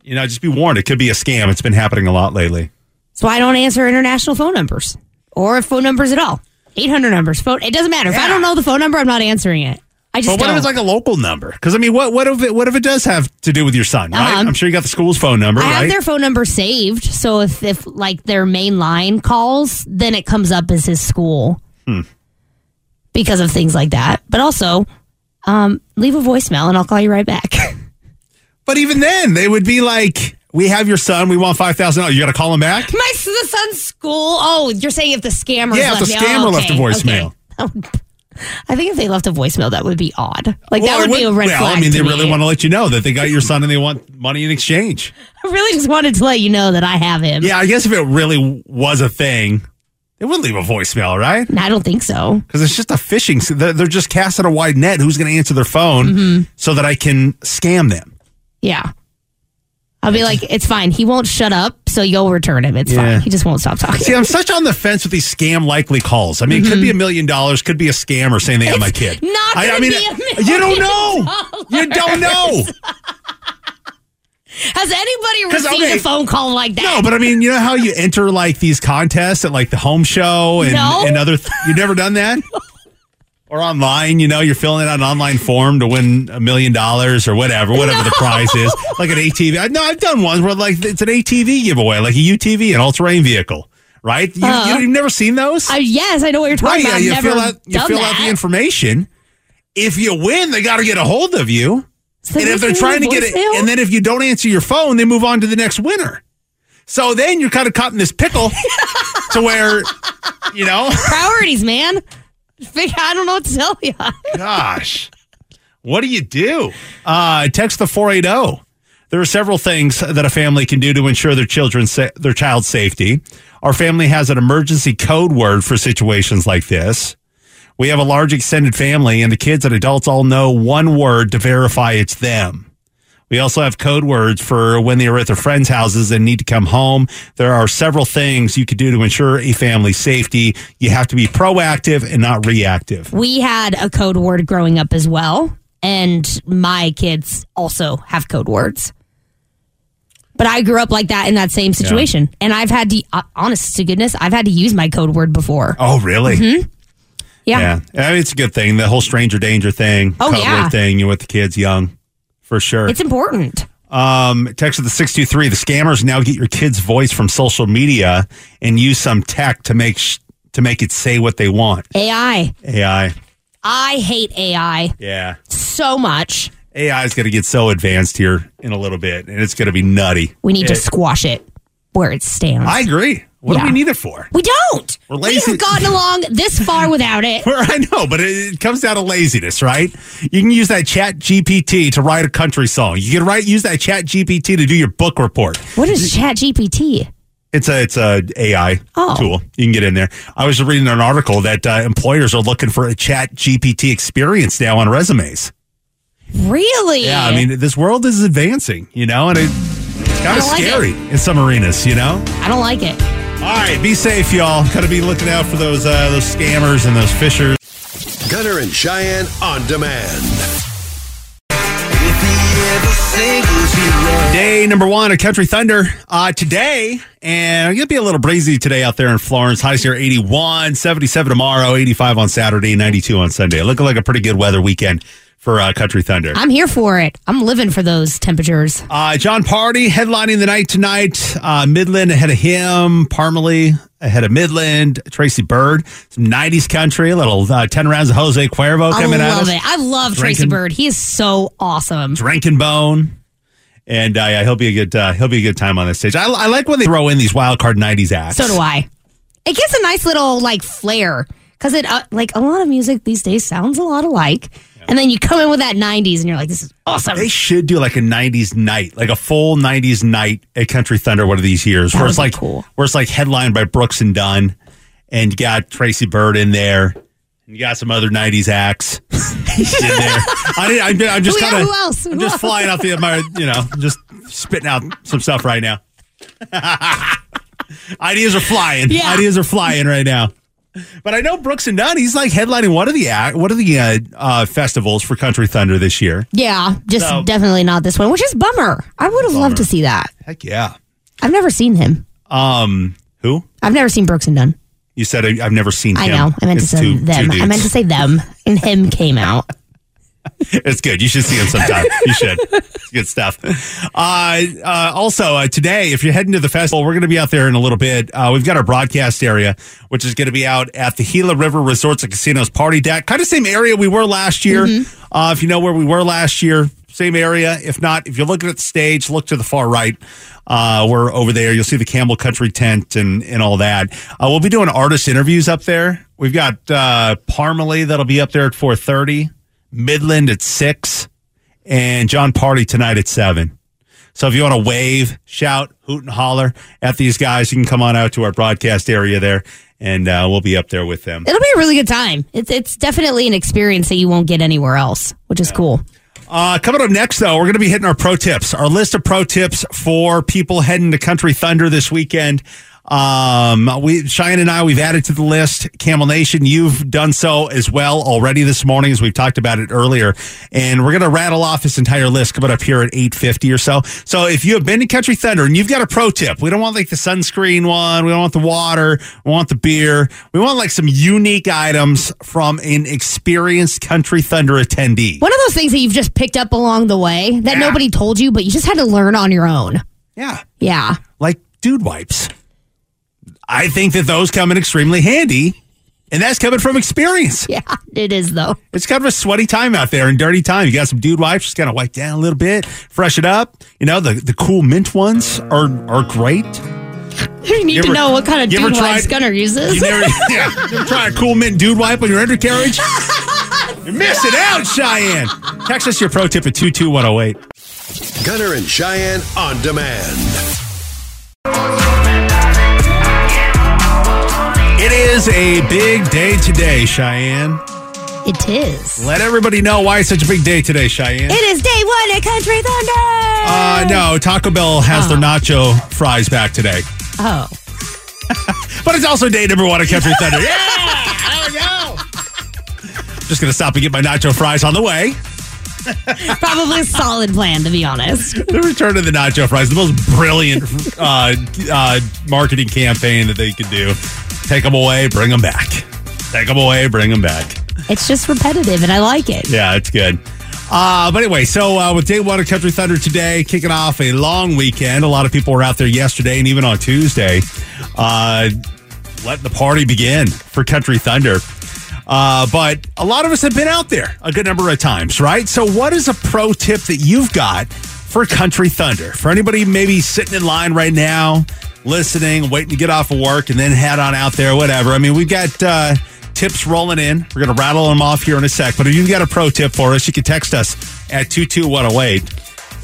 Speaker 4: you know, just be warned. It could be a scam. It's been happening a lot lately.
Speaker 5: That's why I don't answer international phone numbers or phone numbers at all. 800 numbers. Phone. It doesn't matter. If I don't know the phone number, I'm not answering it. I just
Speaker 4: but what
Speaker 5: don't.
Speaker 4: if it's like a local number? Because I mean, what what if it what if it does have to do with your son? Right?
Speaker 5: Um,
Speaker 4: I'm sure you got the school's phone number,
Speaker 5: I
Speaker 4: right?
Speaker 5: have their phone number saved, so if, if like their main line calls, then it comes up as his school
Speaker 4: Hmm.
Speaker 5: because of things like that. But also, um, leave a voicemail and I'll call you right back. *laughs*
Speaker 4: But even then, they would be like, "We have your son. We want five thousand dollars. You got to call him back."
Speaker 5: My s- the son's school. Oh, you're saying if the scammer
Speaker 4: Yeah,
Speaker 5: left
Speaker 4: if the
Speaker 5: me-
Speaker 4: scammer
Speaker 5: oh,
Speaker 4: left a
Speaker 5: okay,
Speaker 4: voicemail.
Speaker 5: okay. *laughs* I think if they left a voicemail, that would be odd. Like
Speaker 4: Well,
Speaker 5: that
Speaker 4: it
Speaker 5: would, be a red
Speaker 4: well,
Speaker 5: flag.
Speaker 4: I mean, they
Speaker 5: to
Speaker 4: really
Speaker 5: me.
Speaker 4: want to let you know that they got your son and they want money in exchange.
Speaker 5: *laughs* I really just wanted to let you know that I have him.
Speaker 4: Yeah, I guess if it really was a thing, they would leave a voicemail, right?
Speaker 5: I don't think so.
Speaker 4: Because it's just a phishing. s- They're they're just casting a wide net. Who's going to answer their phone
Speaker 5: Mm-hmm.
Speaker 4: so that I can scam them?
Speaker 5: Yeah. I'll be like, it's fine. He won't shut up, so you'll return him. It's
Speaker 4: Yeah.
Speaker 5: fine. He just won't stop talking. *laughs*
Speaker 4: See, I'm such on the fence with these scam likely calls. I mean, it could be a million dollars, could be a scammer saying they have my kid.
Speaker 5: Mm-hmm. not
Speaker 4: I, I
Speaker 5: gonna
Speaker 4: mean,
Speaker 5: be a million
Speaker 4: you don't know. You don't know.
Speaker 5: Has anybody
Speaker 4: 'Cause,
Speaker 5: received
Speaker 4: okay.
Speaker 5: a phone call like that?
Speaker 4: No, but I mean, you know how you enter like these contests at like the home show and,
Speaker 5: No.
Speaker 4: and other. Th- you've never
Speaker 5: *laughs*
Speaker 4: done that? Or online, you know, you're filling out an online form to win a million dollars or whatever, whatever the prize is, like an ATV. I, no, I've done ones where like it's an ATV giveaway, like a UTV, an all terrain vehicle, right? You,
Speaker 5: Uh-huh.
Speaker 4: you, have never seen those?
Speaker 5: I, yes, I know what you're talking
Speaker 4: right? Yeah,
Speaker 5: about.
Speaker 4: you
Speaker 5: I've
Speaker 4: fill
Speaker 5: never
Speaker 4: out you
Speaker 5: done
Speaker 4: fill
Speaker 5: that.
Speaker 4: out the information. If you win, they got to get a hold of you,
Speaker 5: So
Speaker 4: and
Speaker 5: they
Speaker 4: if
Speaker 5: send
Speaker 4: they're
Speaker 5: you
Speaker 4: trying
Speaker 5: a
Speaker 4: to get it,
Speaker 5: voicemail?
Speaker 4: and then if you don't answer your phone, they move on to the next winner. So then you're kind of caught in this pickle
Speaker 5: *laughs*
Speaker 4: to where, you know,
Speaker 5: Priorities, man. *laughs* Fig- I don't know what to tell you.
Speaker 4: gosh, what do you do? Uh, text the 480. There are several things that a family can do to ensure their children's sa- their child's safety. Our family has an emergency code word for situations like this. We have a large extended family, and the kids and adults all know one word to verify it's them. We also have code words for when they are at their friends' houses and need to come home. There are several things you could do to ensure a family's safety. You have to be proactive and not reactive.
Speaker 5: We had a code word growing up as well, and my kids also have code words. But I grew up like that in that same situation, and I've had to, uh, honest to goodness, I've had to use my code word before.
Speaker 4: Oh, really?
Speaker 5: Mhm. Yeah.
Speaker 4: I mean, it's a good thing. The whole stranger danger thing,
Speaker 5: Oh,
Speaker 4: code
Speaker 5: yeah.
Speaker 4: word thing, you know, with the kids young, for sure.
Speaker 5: It's important.
Speaker 4: Um, text of the 623. The scammers now get your kid's voice from social media and use some tech to make sh- to make it say what they want.
Speaker 5: AI.
Speaker 4: AI.
Speaker 5: I hate AI
Speaker 4: Yeah.
Speaker 5: so much.
Speaker 4: AI is going to get so advanced here in a little bit and it's going to be nutty.
Speaker 5: We need to
Speaker 4: It-
Speaker 5: squash it where it stands.
Speaker 4: I agree. What do
Speaker 5: Yeah.
Speaker 4: we need it for? *laughs*
Speaker 5: We don't.
Speaker 4: We're
Speaker 5: We've gotten along this far without
Speaker 4: *laughs*
Speaker 5: it.
Speaker 4: Where I know, but it, it comes down to laziness, right? You can use that Chat GPT to write a country song. You can write use that Chat GPT to do your book report.
Speaker 5: What is ChatGPT?
Speaker 4: It's a it's a AI
Speaker 5: Oh.
Speaker 4: tool. You can get in there. I was reading an article that uh, employers are looking for a Chat GPT experience now on resumes.
Speaker 5: Really?
Speaker 4: Yeah, I mean this world is advancing, you know, and it, it's kind
Speaker 5: I
Speaker 4: of
Speaker 5: don't like it.
Speaker 4: scary in some arenas, you know.
Speaker 5: I don't like it.
Speaker 4: All right, be safe, y'all. Gotta be looking out for those uh, those scammers and those fishers.
Speaker 9: Gunner and Cheyenne on demand.
Speaker 4: Day number one of Country Thunder uh, today, and it's gonna be a little breezy today out there in Florence. Highs near 81, 77 tomorrow, 85 on Saturday, 92 on Sunday. Looking like a pretty good weather weekend for uh, Country Thunder.
Speaker 5: I'm here for it. I'm living for those temperatures.
Speaker 4: Uh, John Party headlining the night tonight. Uh, Midland ahead of him. Parmalee ahead of Midland. Tracy Bird, some 90s country. A little uh, 10 rounds of Jose Cuervo
Speaker 5: I
Speaker 4: coming out.
Speaker 5: love it. I love Tracy
Speaker 4: Drinking-
Speaker 5: Bird. He is so awesome.
Speaker 4: Drinking Bone. And uh, yeah, he'll be a good uh, he'll be a good time on this stage. I, I like when they throw in these wild card '90s acts.
Speaker 5: So do I. It gives a nice little like flair because it uh, like a lot of music these days sounds a lot alike, and then you come in with that '90s and you're like, this is awesome.
Speaker 4: They should do like a '90s night, like a full '90s night at Country Thunder one of these years,
Speaker 5: That
Speaker 4: where
Speaker 5: would
Speaker 4: it's
Speaker 5: be
Speaker 4: like where it's like headlined by Brooks and Dunn, and you got Tracy Bird in there, and you got some other '90s acts *laughs* in there. I didn't, I'm, ju- I'm just
Speaker 5: Who-
Speaker 4: kind of
Speaker 5: who else?
Speaker 4: I'm just flying off the my you know just spitting out some stuff right now. *laughs* Ideas are flying.
Speaker 12: Yeah.
Speaker 4: Ideas are flying right now. But I know Brooks and Dunn. He's like headlining one of the act, one of the uh, uh, festivals for Country Thunder this year.
Speaker 5: yeah, just
Speaker 4: So-
Speaker 5: definitely not this one, which is bummer. I would have loved to see that.
Speaker 4: Heck yeah.
Speaker 5: I've never seen him.
Speaker 4: Um, who?
Speaker 5: I've never seen Brooks and Dunn.
Speaker 4: You said I, I've never seen
Speaker 5: I
Speaker 4: him.
Speaker 5: know. I meant
Speaker 4: It's
Speaker 5: to say
Speaker 4: two- two
Speaker 5: them. I
Speaker 4: dudes.
Speaker 5: meant to say them, and him came out.
Speaker 4: it's good. You should see him sometime. you should. It's good stuff. Uh, uh, also, uh, today, if you're heading to the festival, we're going to be out there in a little bit. Uh, we've got our broadcast area, which is going to be out at the Gila River Resorts and Casinos Party Deck. Kind of same area we were last year. Uh, if you know where we were last year, same area. If not, if you're looking at the stage, look to the far right. Uh, we're over there. You'll see the Campbell Country tent and, and all that. Uh, we'll be doing artist interviews up there. We've got uh, Parmalee that'll be up there at 430. Midland at six, and John Party tonight at seven. So if you want to wave, shout, hoot, and holler at these guys, you can come on out to our broadcast area there, and uh, we'll be up there with them.
Speaker 5: It'll be a really good time. It's it's definitely an experience that you won't get anywhere else, which is cool.
Speaker 4: Uh, coming up next, though, we're going to be hitting our pro tips, our list of pro tips for people heading to Country Thunder this weekend. Um, we Cheyenne and I, we've added to the list. Camel Nation, you've done so as well already this morning, as we've talked about it earlier. And we're going to rattle off this entire list coming up here at eight fifty or so. So if you have been to Country Thunder and you've got a pro tip, we don't want like the sunscreen one, we don't want the water, we want the beer, we want like some unique items from an experienced Country Thunder attendee.
Speaker 5: One of those things that you've just picked up along the way that nobody told you, but you just had to learn on your own.
Speaker 4: Yeah.
Speaker 5: Yeah. *laughs*
Speaker 4: like dude wipes. I think that those come in extremely handy, and that's coming from experience.
Speaker 5: Yeah, it is though. *laughs*
Speaker 4: It's kind of a sweaty time out there and dirty time. You got some dude wipes, just kind of wipe down a little bit, fresh it up. You know, the, the cool mint ones are are great.
Speaker 5: You need
Speaker 4: You
Speaker 5: to
Speaker 4: ever-
Speaker 5: know what kind of
Speaker 4: you ever
Speaker 5: dude wipes
Speaker 4: tried-
Speaker 5: Gunner uses.
Speaker 4: You never, *laughs* yeah, you ever try a cool mint dude wipe on your undercarriage? You're missing out, Cheyenne. Text us your pro tip at 22108.
Speaker 9: Gunner and Cheyenne on demand.
Speaker 4: It is a big day today, Cheyenne.
Speaker 5: It is.
Speaker 4: Let everybody know why it's such a big day today, Cheyenne.
Speaker 5: It is day one at Country Thunder.
Speaker 4: Uh, no, Taco Bell has their nacho fries back today. Uh,
Speaker 5: Oh.
Speaker 4: But it's also day number one at Country Thunder. Yeah! Just going to stop and get my nacho fries on the way.
Speaker 5: Probably a solid plan, to be
Speaker 4: *laughs*
Speaker 5: honest.
Speaker 4: The return of the nacho fries, the most brilliant uh, uh, marketing campaign that they could do. Take them away, bring them back. Take them away, bring them back.
Speaker 5: It's just repetitive, and I like it.
Speaker 4: Yeah, it's good. Uh, but anyway, so uh, with day one of Country Thunder today, kicking off a long weekend. A lot of people were out there yesterday and even on Tuesday, uh, letting the party begin for Country Thunder. Uh, but a lot of us have been out there a good number of times, right? So, what is a pro tip that you've got for Country Thunder? For anybody maybe sitting in line right now, listening, waiting to get off of work and then head on out there, whatever. I mean, we've got uh, tips rolling in. We're going to rattle them off here in a sec. But if you've got a pro tip for us, you can text us at 22108.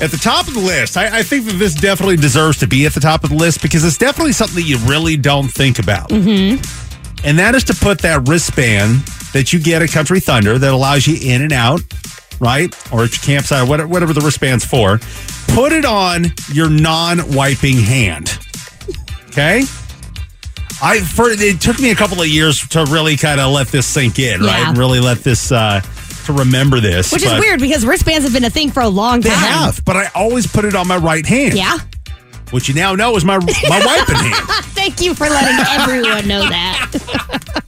Speaker 4: At the top of the list, I, I think that this definitely deserves to be at the top of the list because it's definitely something that you really don't think about
Speaker 5: Mm-hmm.
Speaker 4: and that is to put that wristband that you get at Country Thunder that allows you in and out, right? Or at your campsite, whatever, whatever the wristband's for, put it on your non-wiping hand. Okay. I for it took me a couple of years to really kind of let this sink in, right?
Speaker 5: Yeah.
Speaker 4: And really let this uh to remember this,
Speaker 5: Which is
Speaker 4: but-
Speaker 5: weird because wristbands have been a thing for a long
Speaker 4: They
Speaker 5: time.
Speaker 4: have, but I always put it on my right hand.
Speaker 5: Yeah.
Speaker 4: Which you now know is my my
Speaker 5: *laughs*
Speaker 4: wiping hand.
Speaker 5: Thank you for letting everyone know
Speaker 4: *laughs*
Speaker 5: that.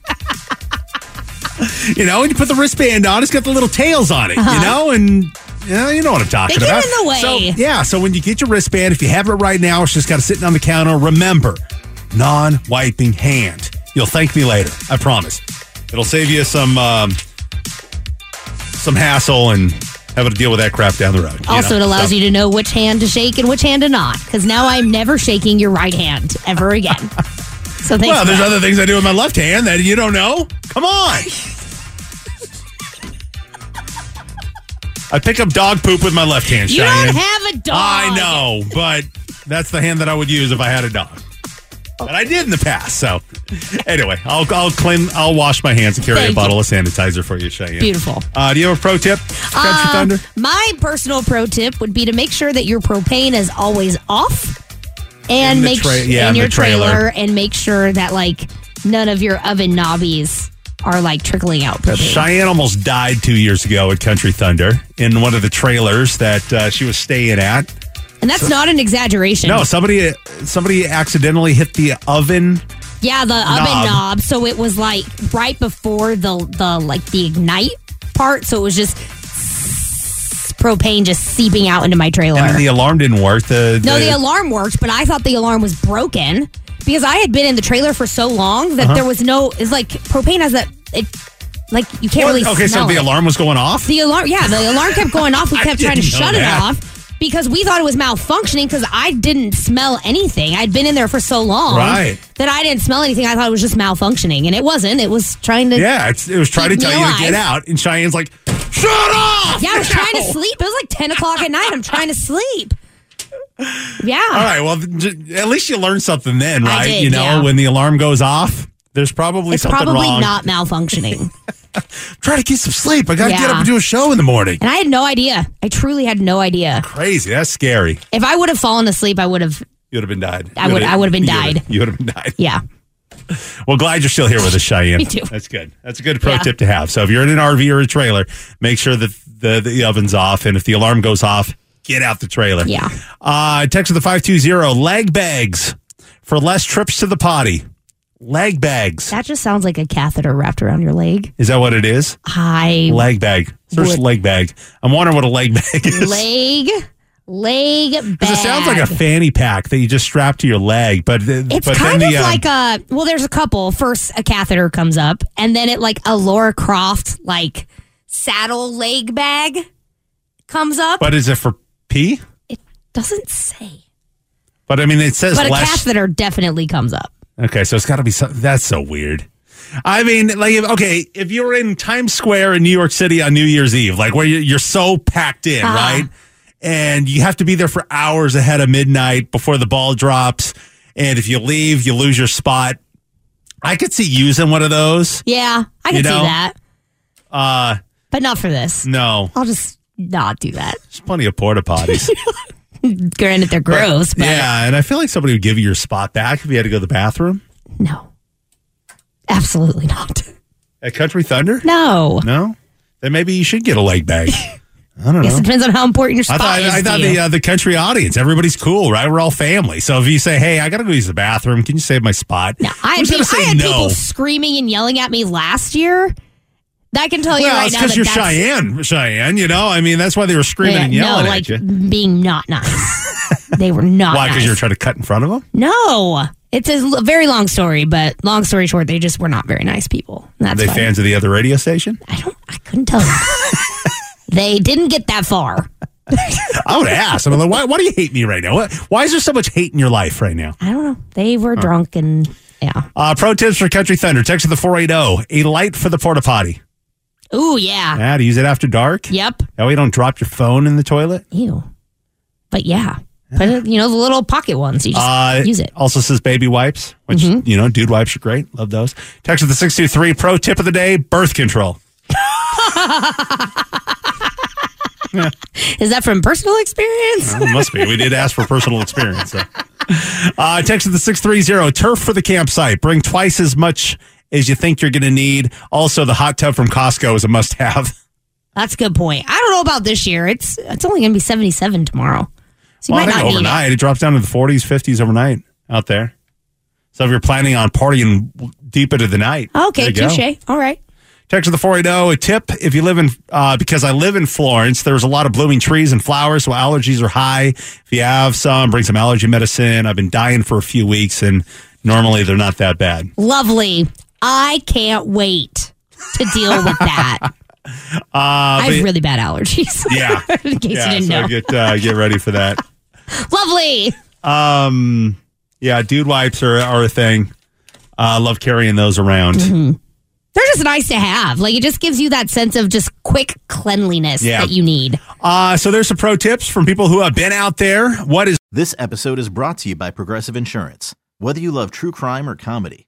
Speaker 4: you know, and you put the wristband on. It's got the little tails on it, you
Speaker 5: Uh-huh.
Speaker 4: know, and you know, you know what I'm talking
Speaker 5: They get
Speaker 4: about.
Speaker 5: in the way.
Speaker 4: So, yeah, so when you get your wristband, if you have it right now, it's just got it sitting on the counter. Remember, non-wiping hand. You'll thank me later. I promise. It'll save you some um, some hassle and having to deal with that crap down the road. you
Speaker 5: Also, it
Speaker 4: know?
Speaker 5: allows
Speaker 4: So-
Speaker 5: you to know which hand to shake and which hand to not. Because now I'm never shaking your right hand ever again.
Speaker 4: *laughs*
Speaker 5: So thanks.
Speaker 4: Well,
Speaker 5: for *laughs*
Speaker 4: there's
Speaker 5: that.
Speaker 4: other things I do with my left hand that you don't know.
Speaker 5: *laughs*
Speaker 4: Come on. I pick up dog poop with my left hand.
Speaker 5: You don't
Speaker 4: Cheyenne.
Speaker 5: have a dog.
Speaker 4: I know, but that's the hand that I would use if I had a dog. But I did in the past. So anyway, I'll I'll clean. I'll wash my hands and carry a
Speaker 5: Thank
Speaker 4: bottle of sanitizer for you, Cheyenne.
Speaker 5: Beautiful.
Speaker 4: Uh, do you have a pro tip? Country
Speaker 5: Uh,
Speaker 4: Thunder.
Speaker 5: My personal pro tip would be to make sure that your propane is always off, and
Speaker 4: In the
Speaker 5: make
Speaker 4: tra-
Speaker 5: su-
Speaker 4: yeah, in
Speaker 5: in
Speaker 4: the
Speaker 5: your trailer.
Speaker 4: trailer.
Speaker 5: and make sure that like none of your oven knobbies are like trickling out propane.
Speaker 4: Cheyenne almost died two years ago at Country Thunder in one of the trailers that uh, she was staying at.
Speaker 5: and that's not an exaggeration.
Speaker 4: No, somebody somebody accidentally hit the oven.
Speaker 5: yeah, the
Speaker 4: knob.
Speaker 5: oven knob. So it was like right before the the like the ignite part. So it was just propane just seeping out into my trailer.
Speaker 4: And then the alarm didn't work. The,
Speaker 5: No, the alarm worked, but I thought the alarm was broken because I had been in the trailer for so long that
Speaker 4: Uh-huh.
Speaker 5: there was no. It's like propane has that. It like you can't
Speaker 4: What?
Speaker 5: really.
Speaker 4: okay, so
Speaker 5: smell
Speaker 4: the
Speaker 5: it.
Speaker 4: alarm was going off.
Speaker 5: The alarm, yeah, the alarm kept going off. We
Speaker 4: I
Speaker 5: kept trying to
Speaker 4: didn't know
Speaker 5: shut it
Speaker 4: that.
Speaker 5: off because we thought it was malfunctioning because I didn't smell anything. I'd been in there for so long
Speaker 4: Right.
Speaker 5: that I didn't smell anything. I thought it was just malfunctioning, and it wasn't. It was trying to.
Speaker 4: yeah, it's, it was trying to
Speaker 5: Keep
Speaker 4: tell
Speaker 5: me
Speaker 4: you to get
Speaker 5: alive.
Speaker 4: out, and Cheyenne's like, "Shut off!"
Speaker 5: Yeah, I was trying to
Speaker 4: now!"
Speaker 5: sleep. It was like ten o'clock at night. I'm trying to sleep. Yeah.
Speaker 4: *laughs* All right, well, j- at least you learned something then,
Speaker 5: I
Speaker 4: right?
Speaker 5: did,
Speaker 4: you know,
Speaker 5: yeah.
Speaker 4: when the alarm goes off, there's probably
Speaker 5: It's
Speaker 4: something
Speaker 5: probably
Speaker 4: wrong.
Speaker 5: not malfunctioning.
Speaker 4: Try to get some sleep. I got to get
Speaker 5: Yeah.
Speaker 4: up and do a show in the morning.
Speaker 5: And I had no idea. I truly had no idea.
Speaker 4: Crazy. That's scary.
Speaker 5: If I would have fallen asleep, I would have.
Speaker 4: You would have been died.
Speaker 5: I would-
Speaker 4: You would've-
Speaker 5: I would've been
Speaker 4: you would've-
Speaker 5: died.
Speaker 4: You would have been died.
Speaker 5: Yeah.
Speaker 4: Well, glad you're still here with us, Cheyenne.
Speaker 5: Me too.
Speaker 4: That's good. That's a good pro
Speaker 5: Yeah.
Speaker 4: tip to have. So if you're in an RV or a trailer, make sure that the, the oven's off, and if the alarm goes off, get out the trailer.
Speaker 5: Yeah.
Speaker 4: Uh, text to the five two zero leg bags for less trips to the potty. Leg bags
Speaker 5: That just sounds like a catheter wrapped around your leg.
Speaker 4: is that what it is?
Speaker 5: I
Speaker 4: Leg bag. Search
Speaker 5: Would-
Speaker 4: leg bag. I'm wondering what a leg bag is.
Speaker 5: leg leg bag.
Speaker 4: Because it sounds like a fanny pack that you just strap to your leg, but the-
Speaker 5: It's
Speaker 4: but
Speaker 5: kind
Speaker 4: then
Speaker 5: of
Speaker 4: the, um,
Speaker 5: like a well. There's a couple. First, a catheter comes up, and then it like a Laura Croft like saddle leg bag comes up.
Speaker 4: But is it for pee?
Speaker 5: Doesn't say.
Speaker 4: But I mean, it says
Speaker 5: but a
Speaker 4: last.
Speaker 5: catheter definitely comes up.
Speaker 4: Okay, so it's got to be something. That's so weird. I mean, like, if, okay, if you're in Times Square in New York City on New Year's Eve, like where you're, you're so packed in,
Speaker 5: Uh-huh.
Speaker 4: right? And you have to be there for hours ahead of midnight before the ball drops. And if you leave, you lose your spot. I could see using one of those.
Speaker 5: Yeah, I can
Speaker 4: You know? Mm.
Speaker 5: see that,
Speaker 4: Uh,
Speaker 5: but not for this.
Speaker 4: no,
Speaker 5: I'll just not do that. *laughs*
Speaker 4: there's plenty of porta potties.
Speaker 5: Granted, they're *laughs* gross, but
Speaker 4: yeah, and I feel like somebody would give you your spot back if you had to go to the bathroom
Speaker 5: absolutely not. *laughs*
Speaker 4: at Country Thunder.
Speaker 5: No,
Speaker 4: No, then maybe you should get a leg bag. I don't know.
Speaker 5: guess it depends on how important your
Speaker 4: I
Speaker 5: spot
Speaker 4: thought,
Speaker 5: is.
Speaker 4: I
Speaker 5: to
Speaker 4: thought
Speaker 5: you.
Speaker 4: the uh, the country audience, everybody's cool, right? We're all family. So if you say, "Hey, I gotta go use the bathroom," can you save my spot? No,
Speaker 5: I had,
Speaker 4: was gonna
Speaker 5: people,
Speaker 4: say
Speaker 5: I had
Speaker 4: no.
Speaker 5: people screaming and yelling at me last year. That I can tell you
Speaker 4: well,
Speaker 5: right
Speaker 4: it's
Speaker 5: now that
Speaker 4: you're
Speaker 5: that's
Speaker 4: Cheyenne, Cheyenne. You know, I mean, that's why they were screaming
Speaker 5: Yeah,
Speaker 4: and yelling
Speaker 5: no, like
Speaker 4: at you.
Speaker 5: being not
Speaker 4: *laughs*
Speaker 5: nice. they were not.
Speaker 4: why? Because
Speaker 5: Nice.
Speaker 4: you were trying to cut in front of them.
Speaker 5: no, it's a l- very long story, but long story short, they just were not very nice people.
Speaker 4: Are
Speaker 5: That's
Speaker 4: they
Speaker 5: why.
Speaker 4: fans of the other radio station?
Speaker 5: Couldn't tell. you.
Speaker 4: *laughs*
Speaker 5: they didn't get that far.
Speaker 4: I would ask. I'm like, why? Why do you hate me right now? What- Why is there so much hate in your life right now?
Speaker 5: I don't know. They were drunk and yeah.
Speaker 4: Uh, pro tips for Country Thunder. Text to the four eight zero. A light for the porta potty.
Speaker 5: Ooh yeah.
Speaker 4: Yeah, to use it after dark.
Speaker 5: Yep.
Speaker 4: That way you don't drop your phone in the toilet.
Speaker 5: Ew. But yeah. But uh, you know the little pocket ones. You just
Speaker 4: Uh,
Speaker 5: use it.
Speaker 4: Also says baby wipes, which
Speaker 5: Mhm.
Speaker 4: you know, dude wipes are great. Love those. Text with the six two three. Pro tip of the day: birth control.
Speaker 5: Is that from personal experience?
Speaker 4: Well, it must be. We did ask for personal
Speaker 5: *laughs*
Speaker 4: experience. so. Uh, text with the six three zero. Turf for the campsite. Bring twice as much as you think you're going to need. Also, the hot tub from Costco is a must have.
Speaker 5: That's a good point. I don't know about this year. It's it's only going to be 77 tomorrow. So *laughs* you
Speaker 4: Well, I
Speaker 5: might
Speaker 4: think
Speaker 5: not need it.
Speaker 4: overnight it drops down to the 40s, 50s overnight out there. So if you're planning on partying deep into the night, there
Speaker 5: Okay,
Speaker 4: you go.
Speaker 5: touche. All right.
Speaker 4: Text to the 480. A tip if you live in, uh, because I live in Florence, there's a lot of blooming trees and flowers, so allergies are high. If you have some, bring some allergy medicine. I've been dying for a few weeks, and normally they're not that bad.
Speaker 5: Lovely. I can't wait to deal with
Speaker 4: *laughs*
Speaker 5: that.
Speaker 4: Uh,
Speaker 5: I have really bad allergies.
Speaker 4: *laughs* Yeah.
Speaker 5: *laughs* In case
Speaker 4: yeah,
Speaker 5: you didn't
Speaker 4: so
Speaker 5: know.
Speaker 4: Get, uh, get ready for that.
Speaker 5: Lovely.
Speaker 4: Um, yeah, dude wipes are, are a thing. Uh, I love carrying those around.
Speaker 5: Mm-hmm. They're just nice to have. Like it just gives you that sense of just quick cleanliness
Speaker 4: Yeah.
Speaker 5: that you need.
Speaker 4: Uh, so there's some pro tips from people who have been out there. What is
Speaker 13: this episode is brought to you by Progressive Insurance. Whether you love true crime or comedy,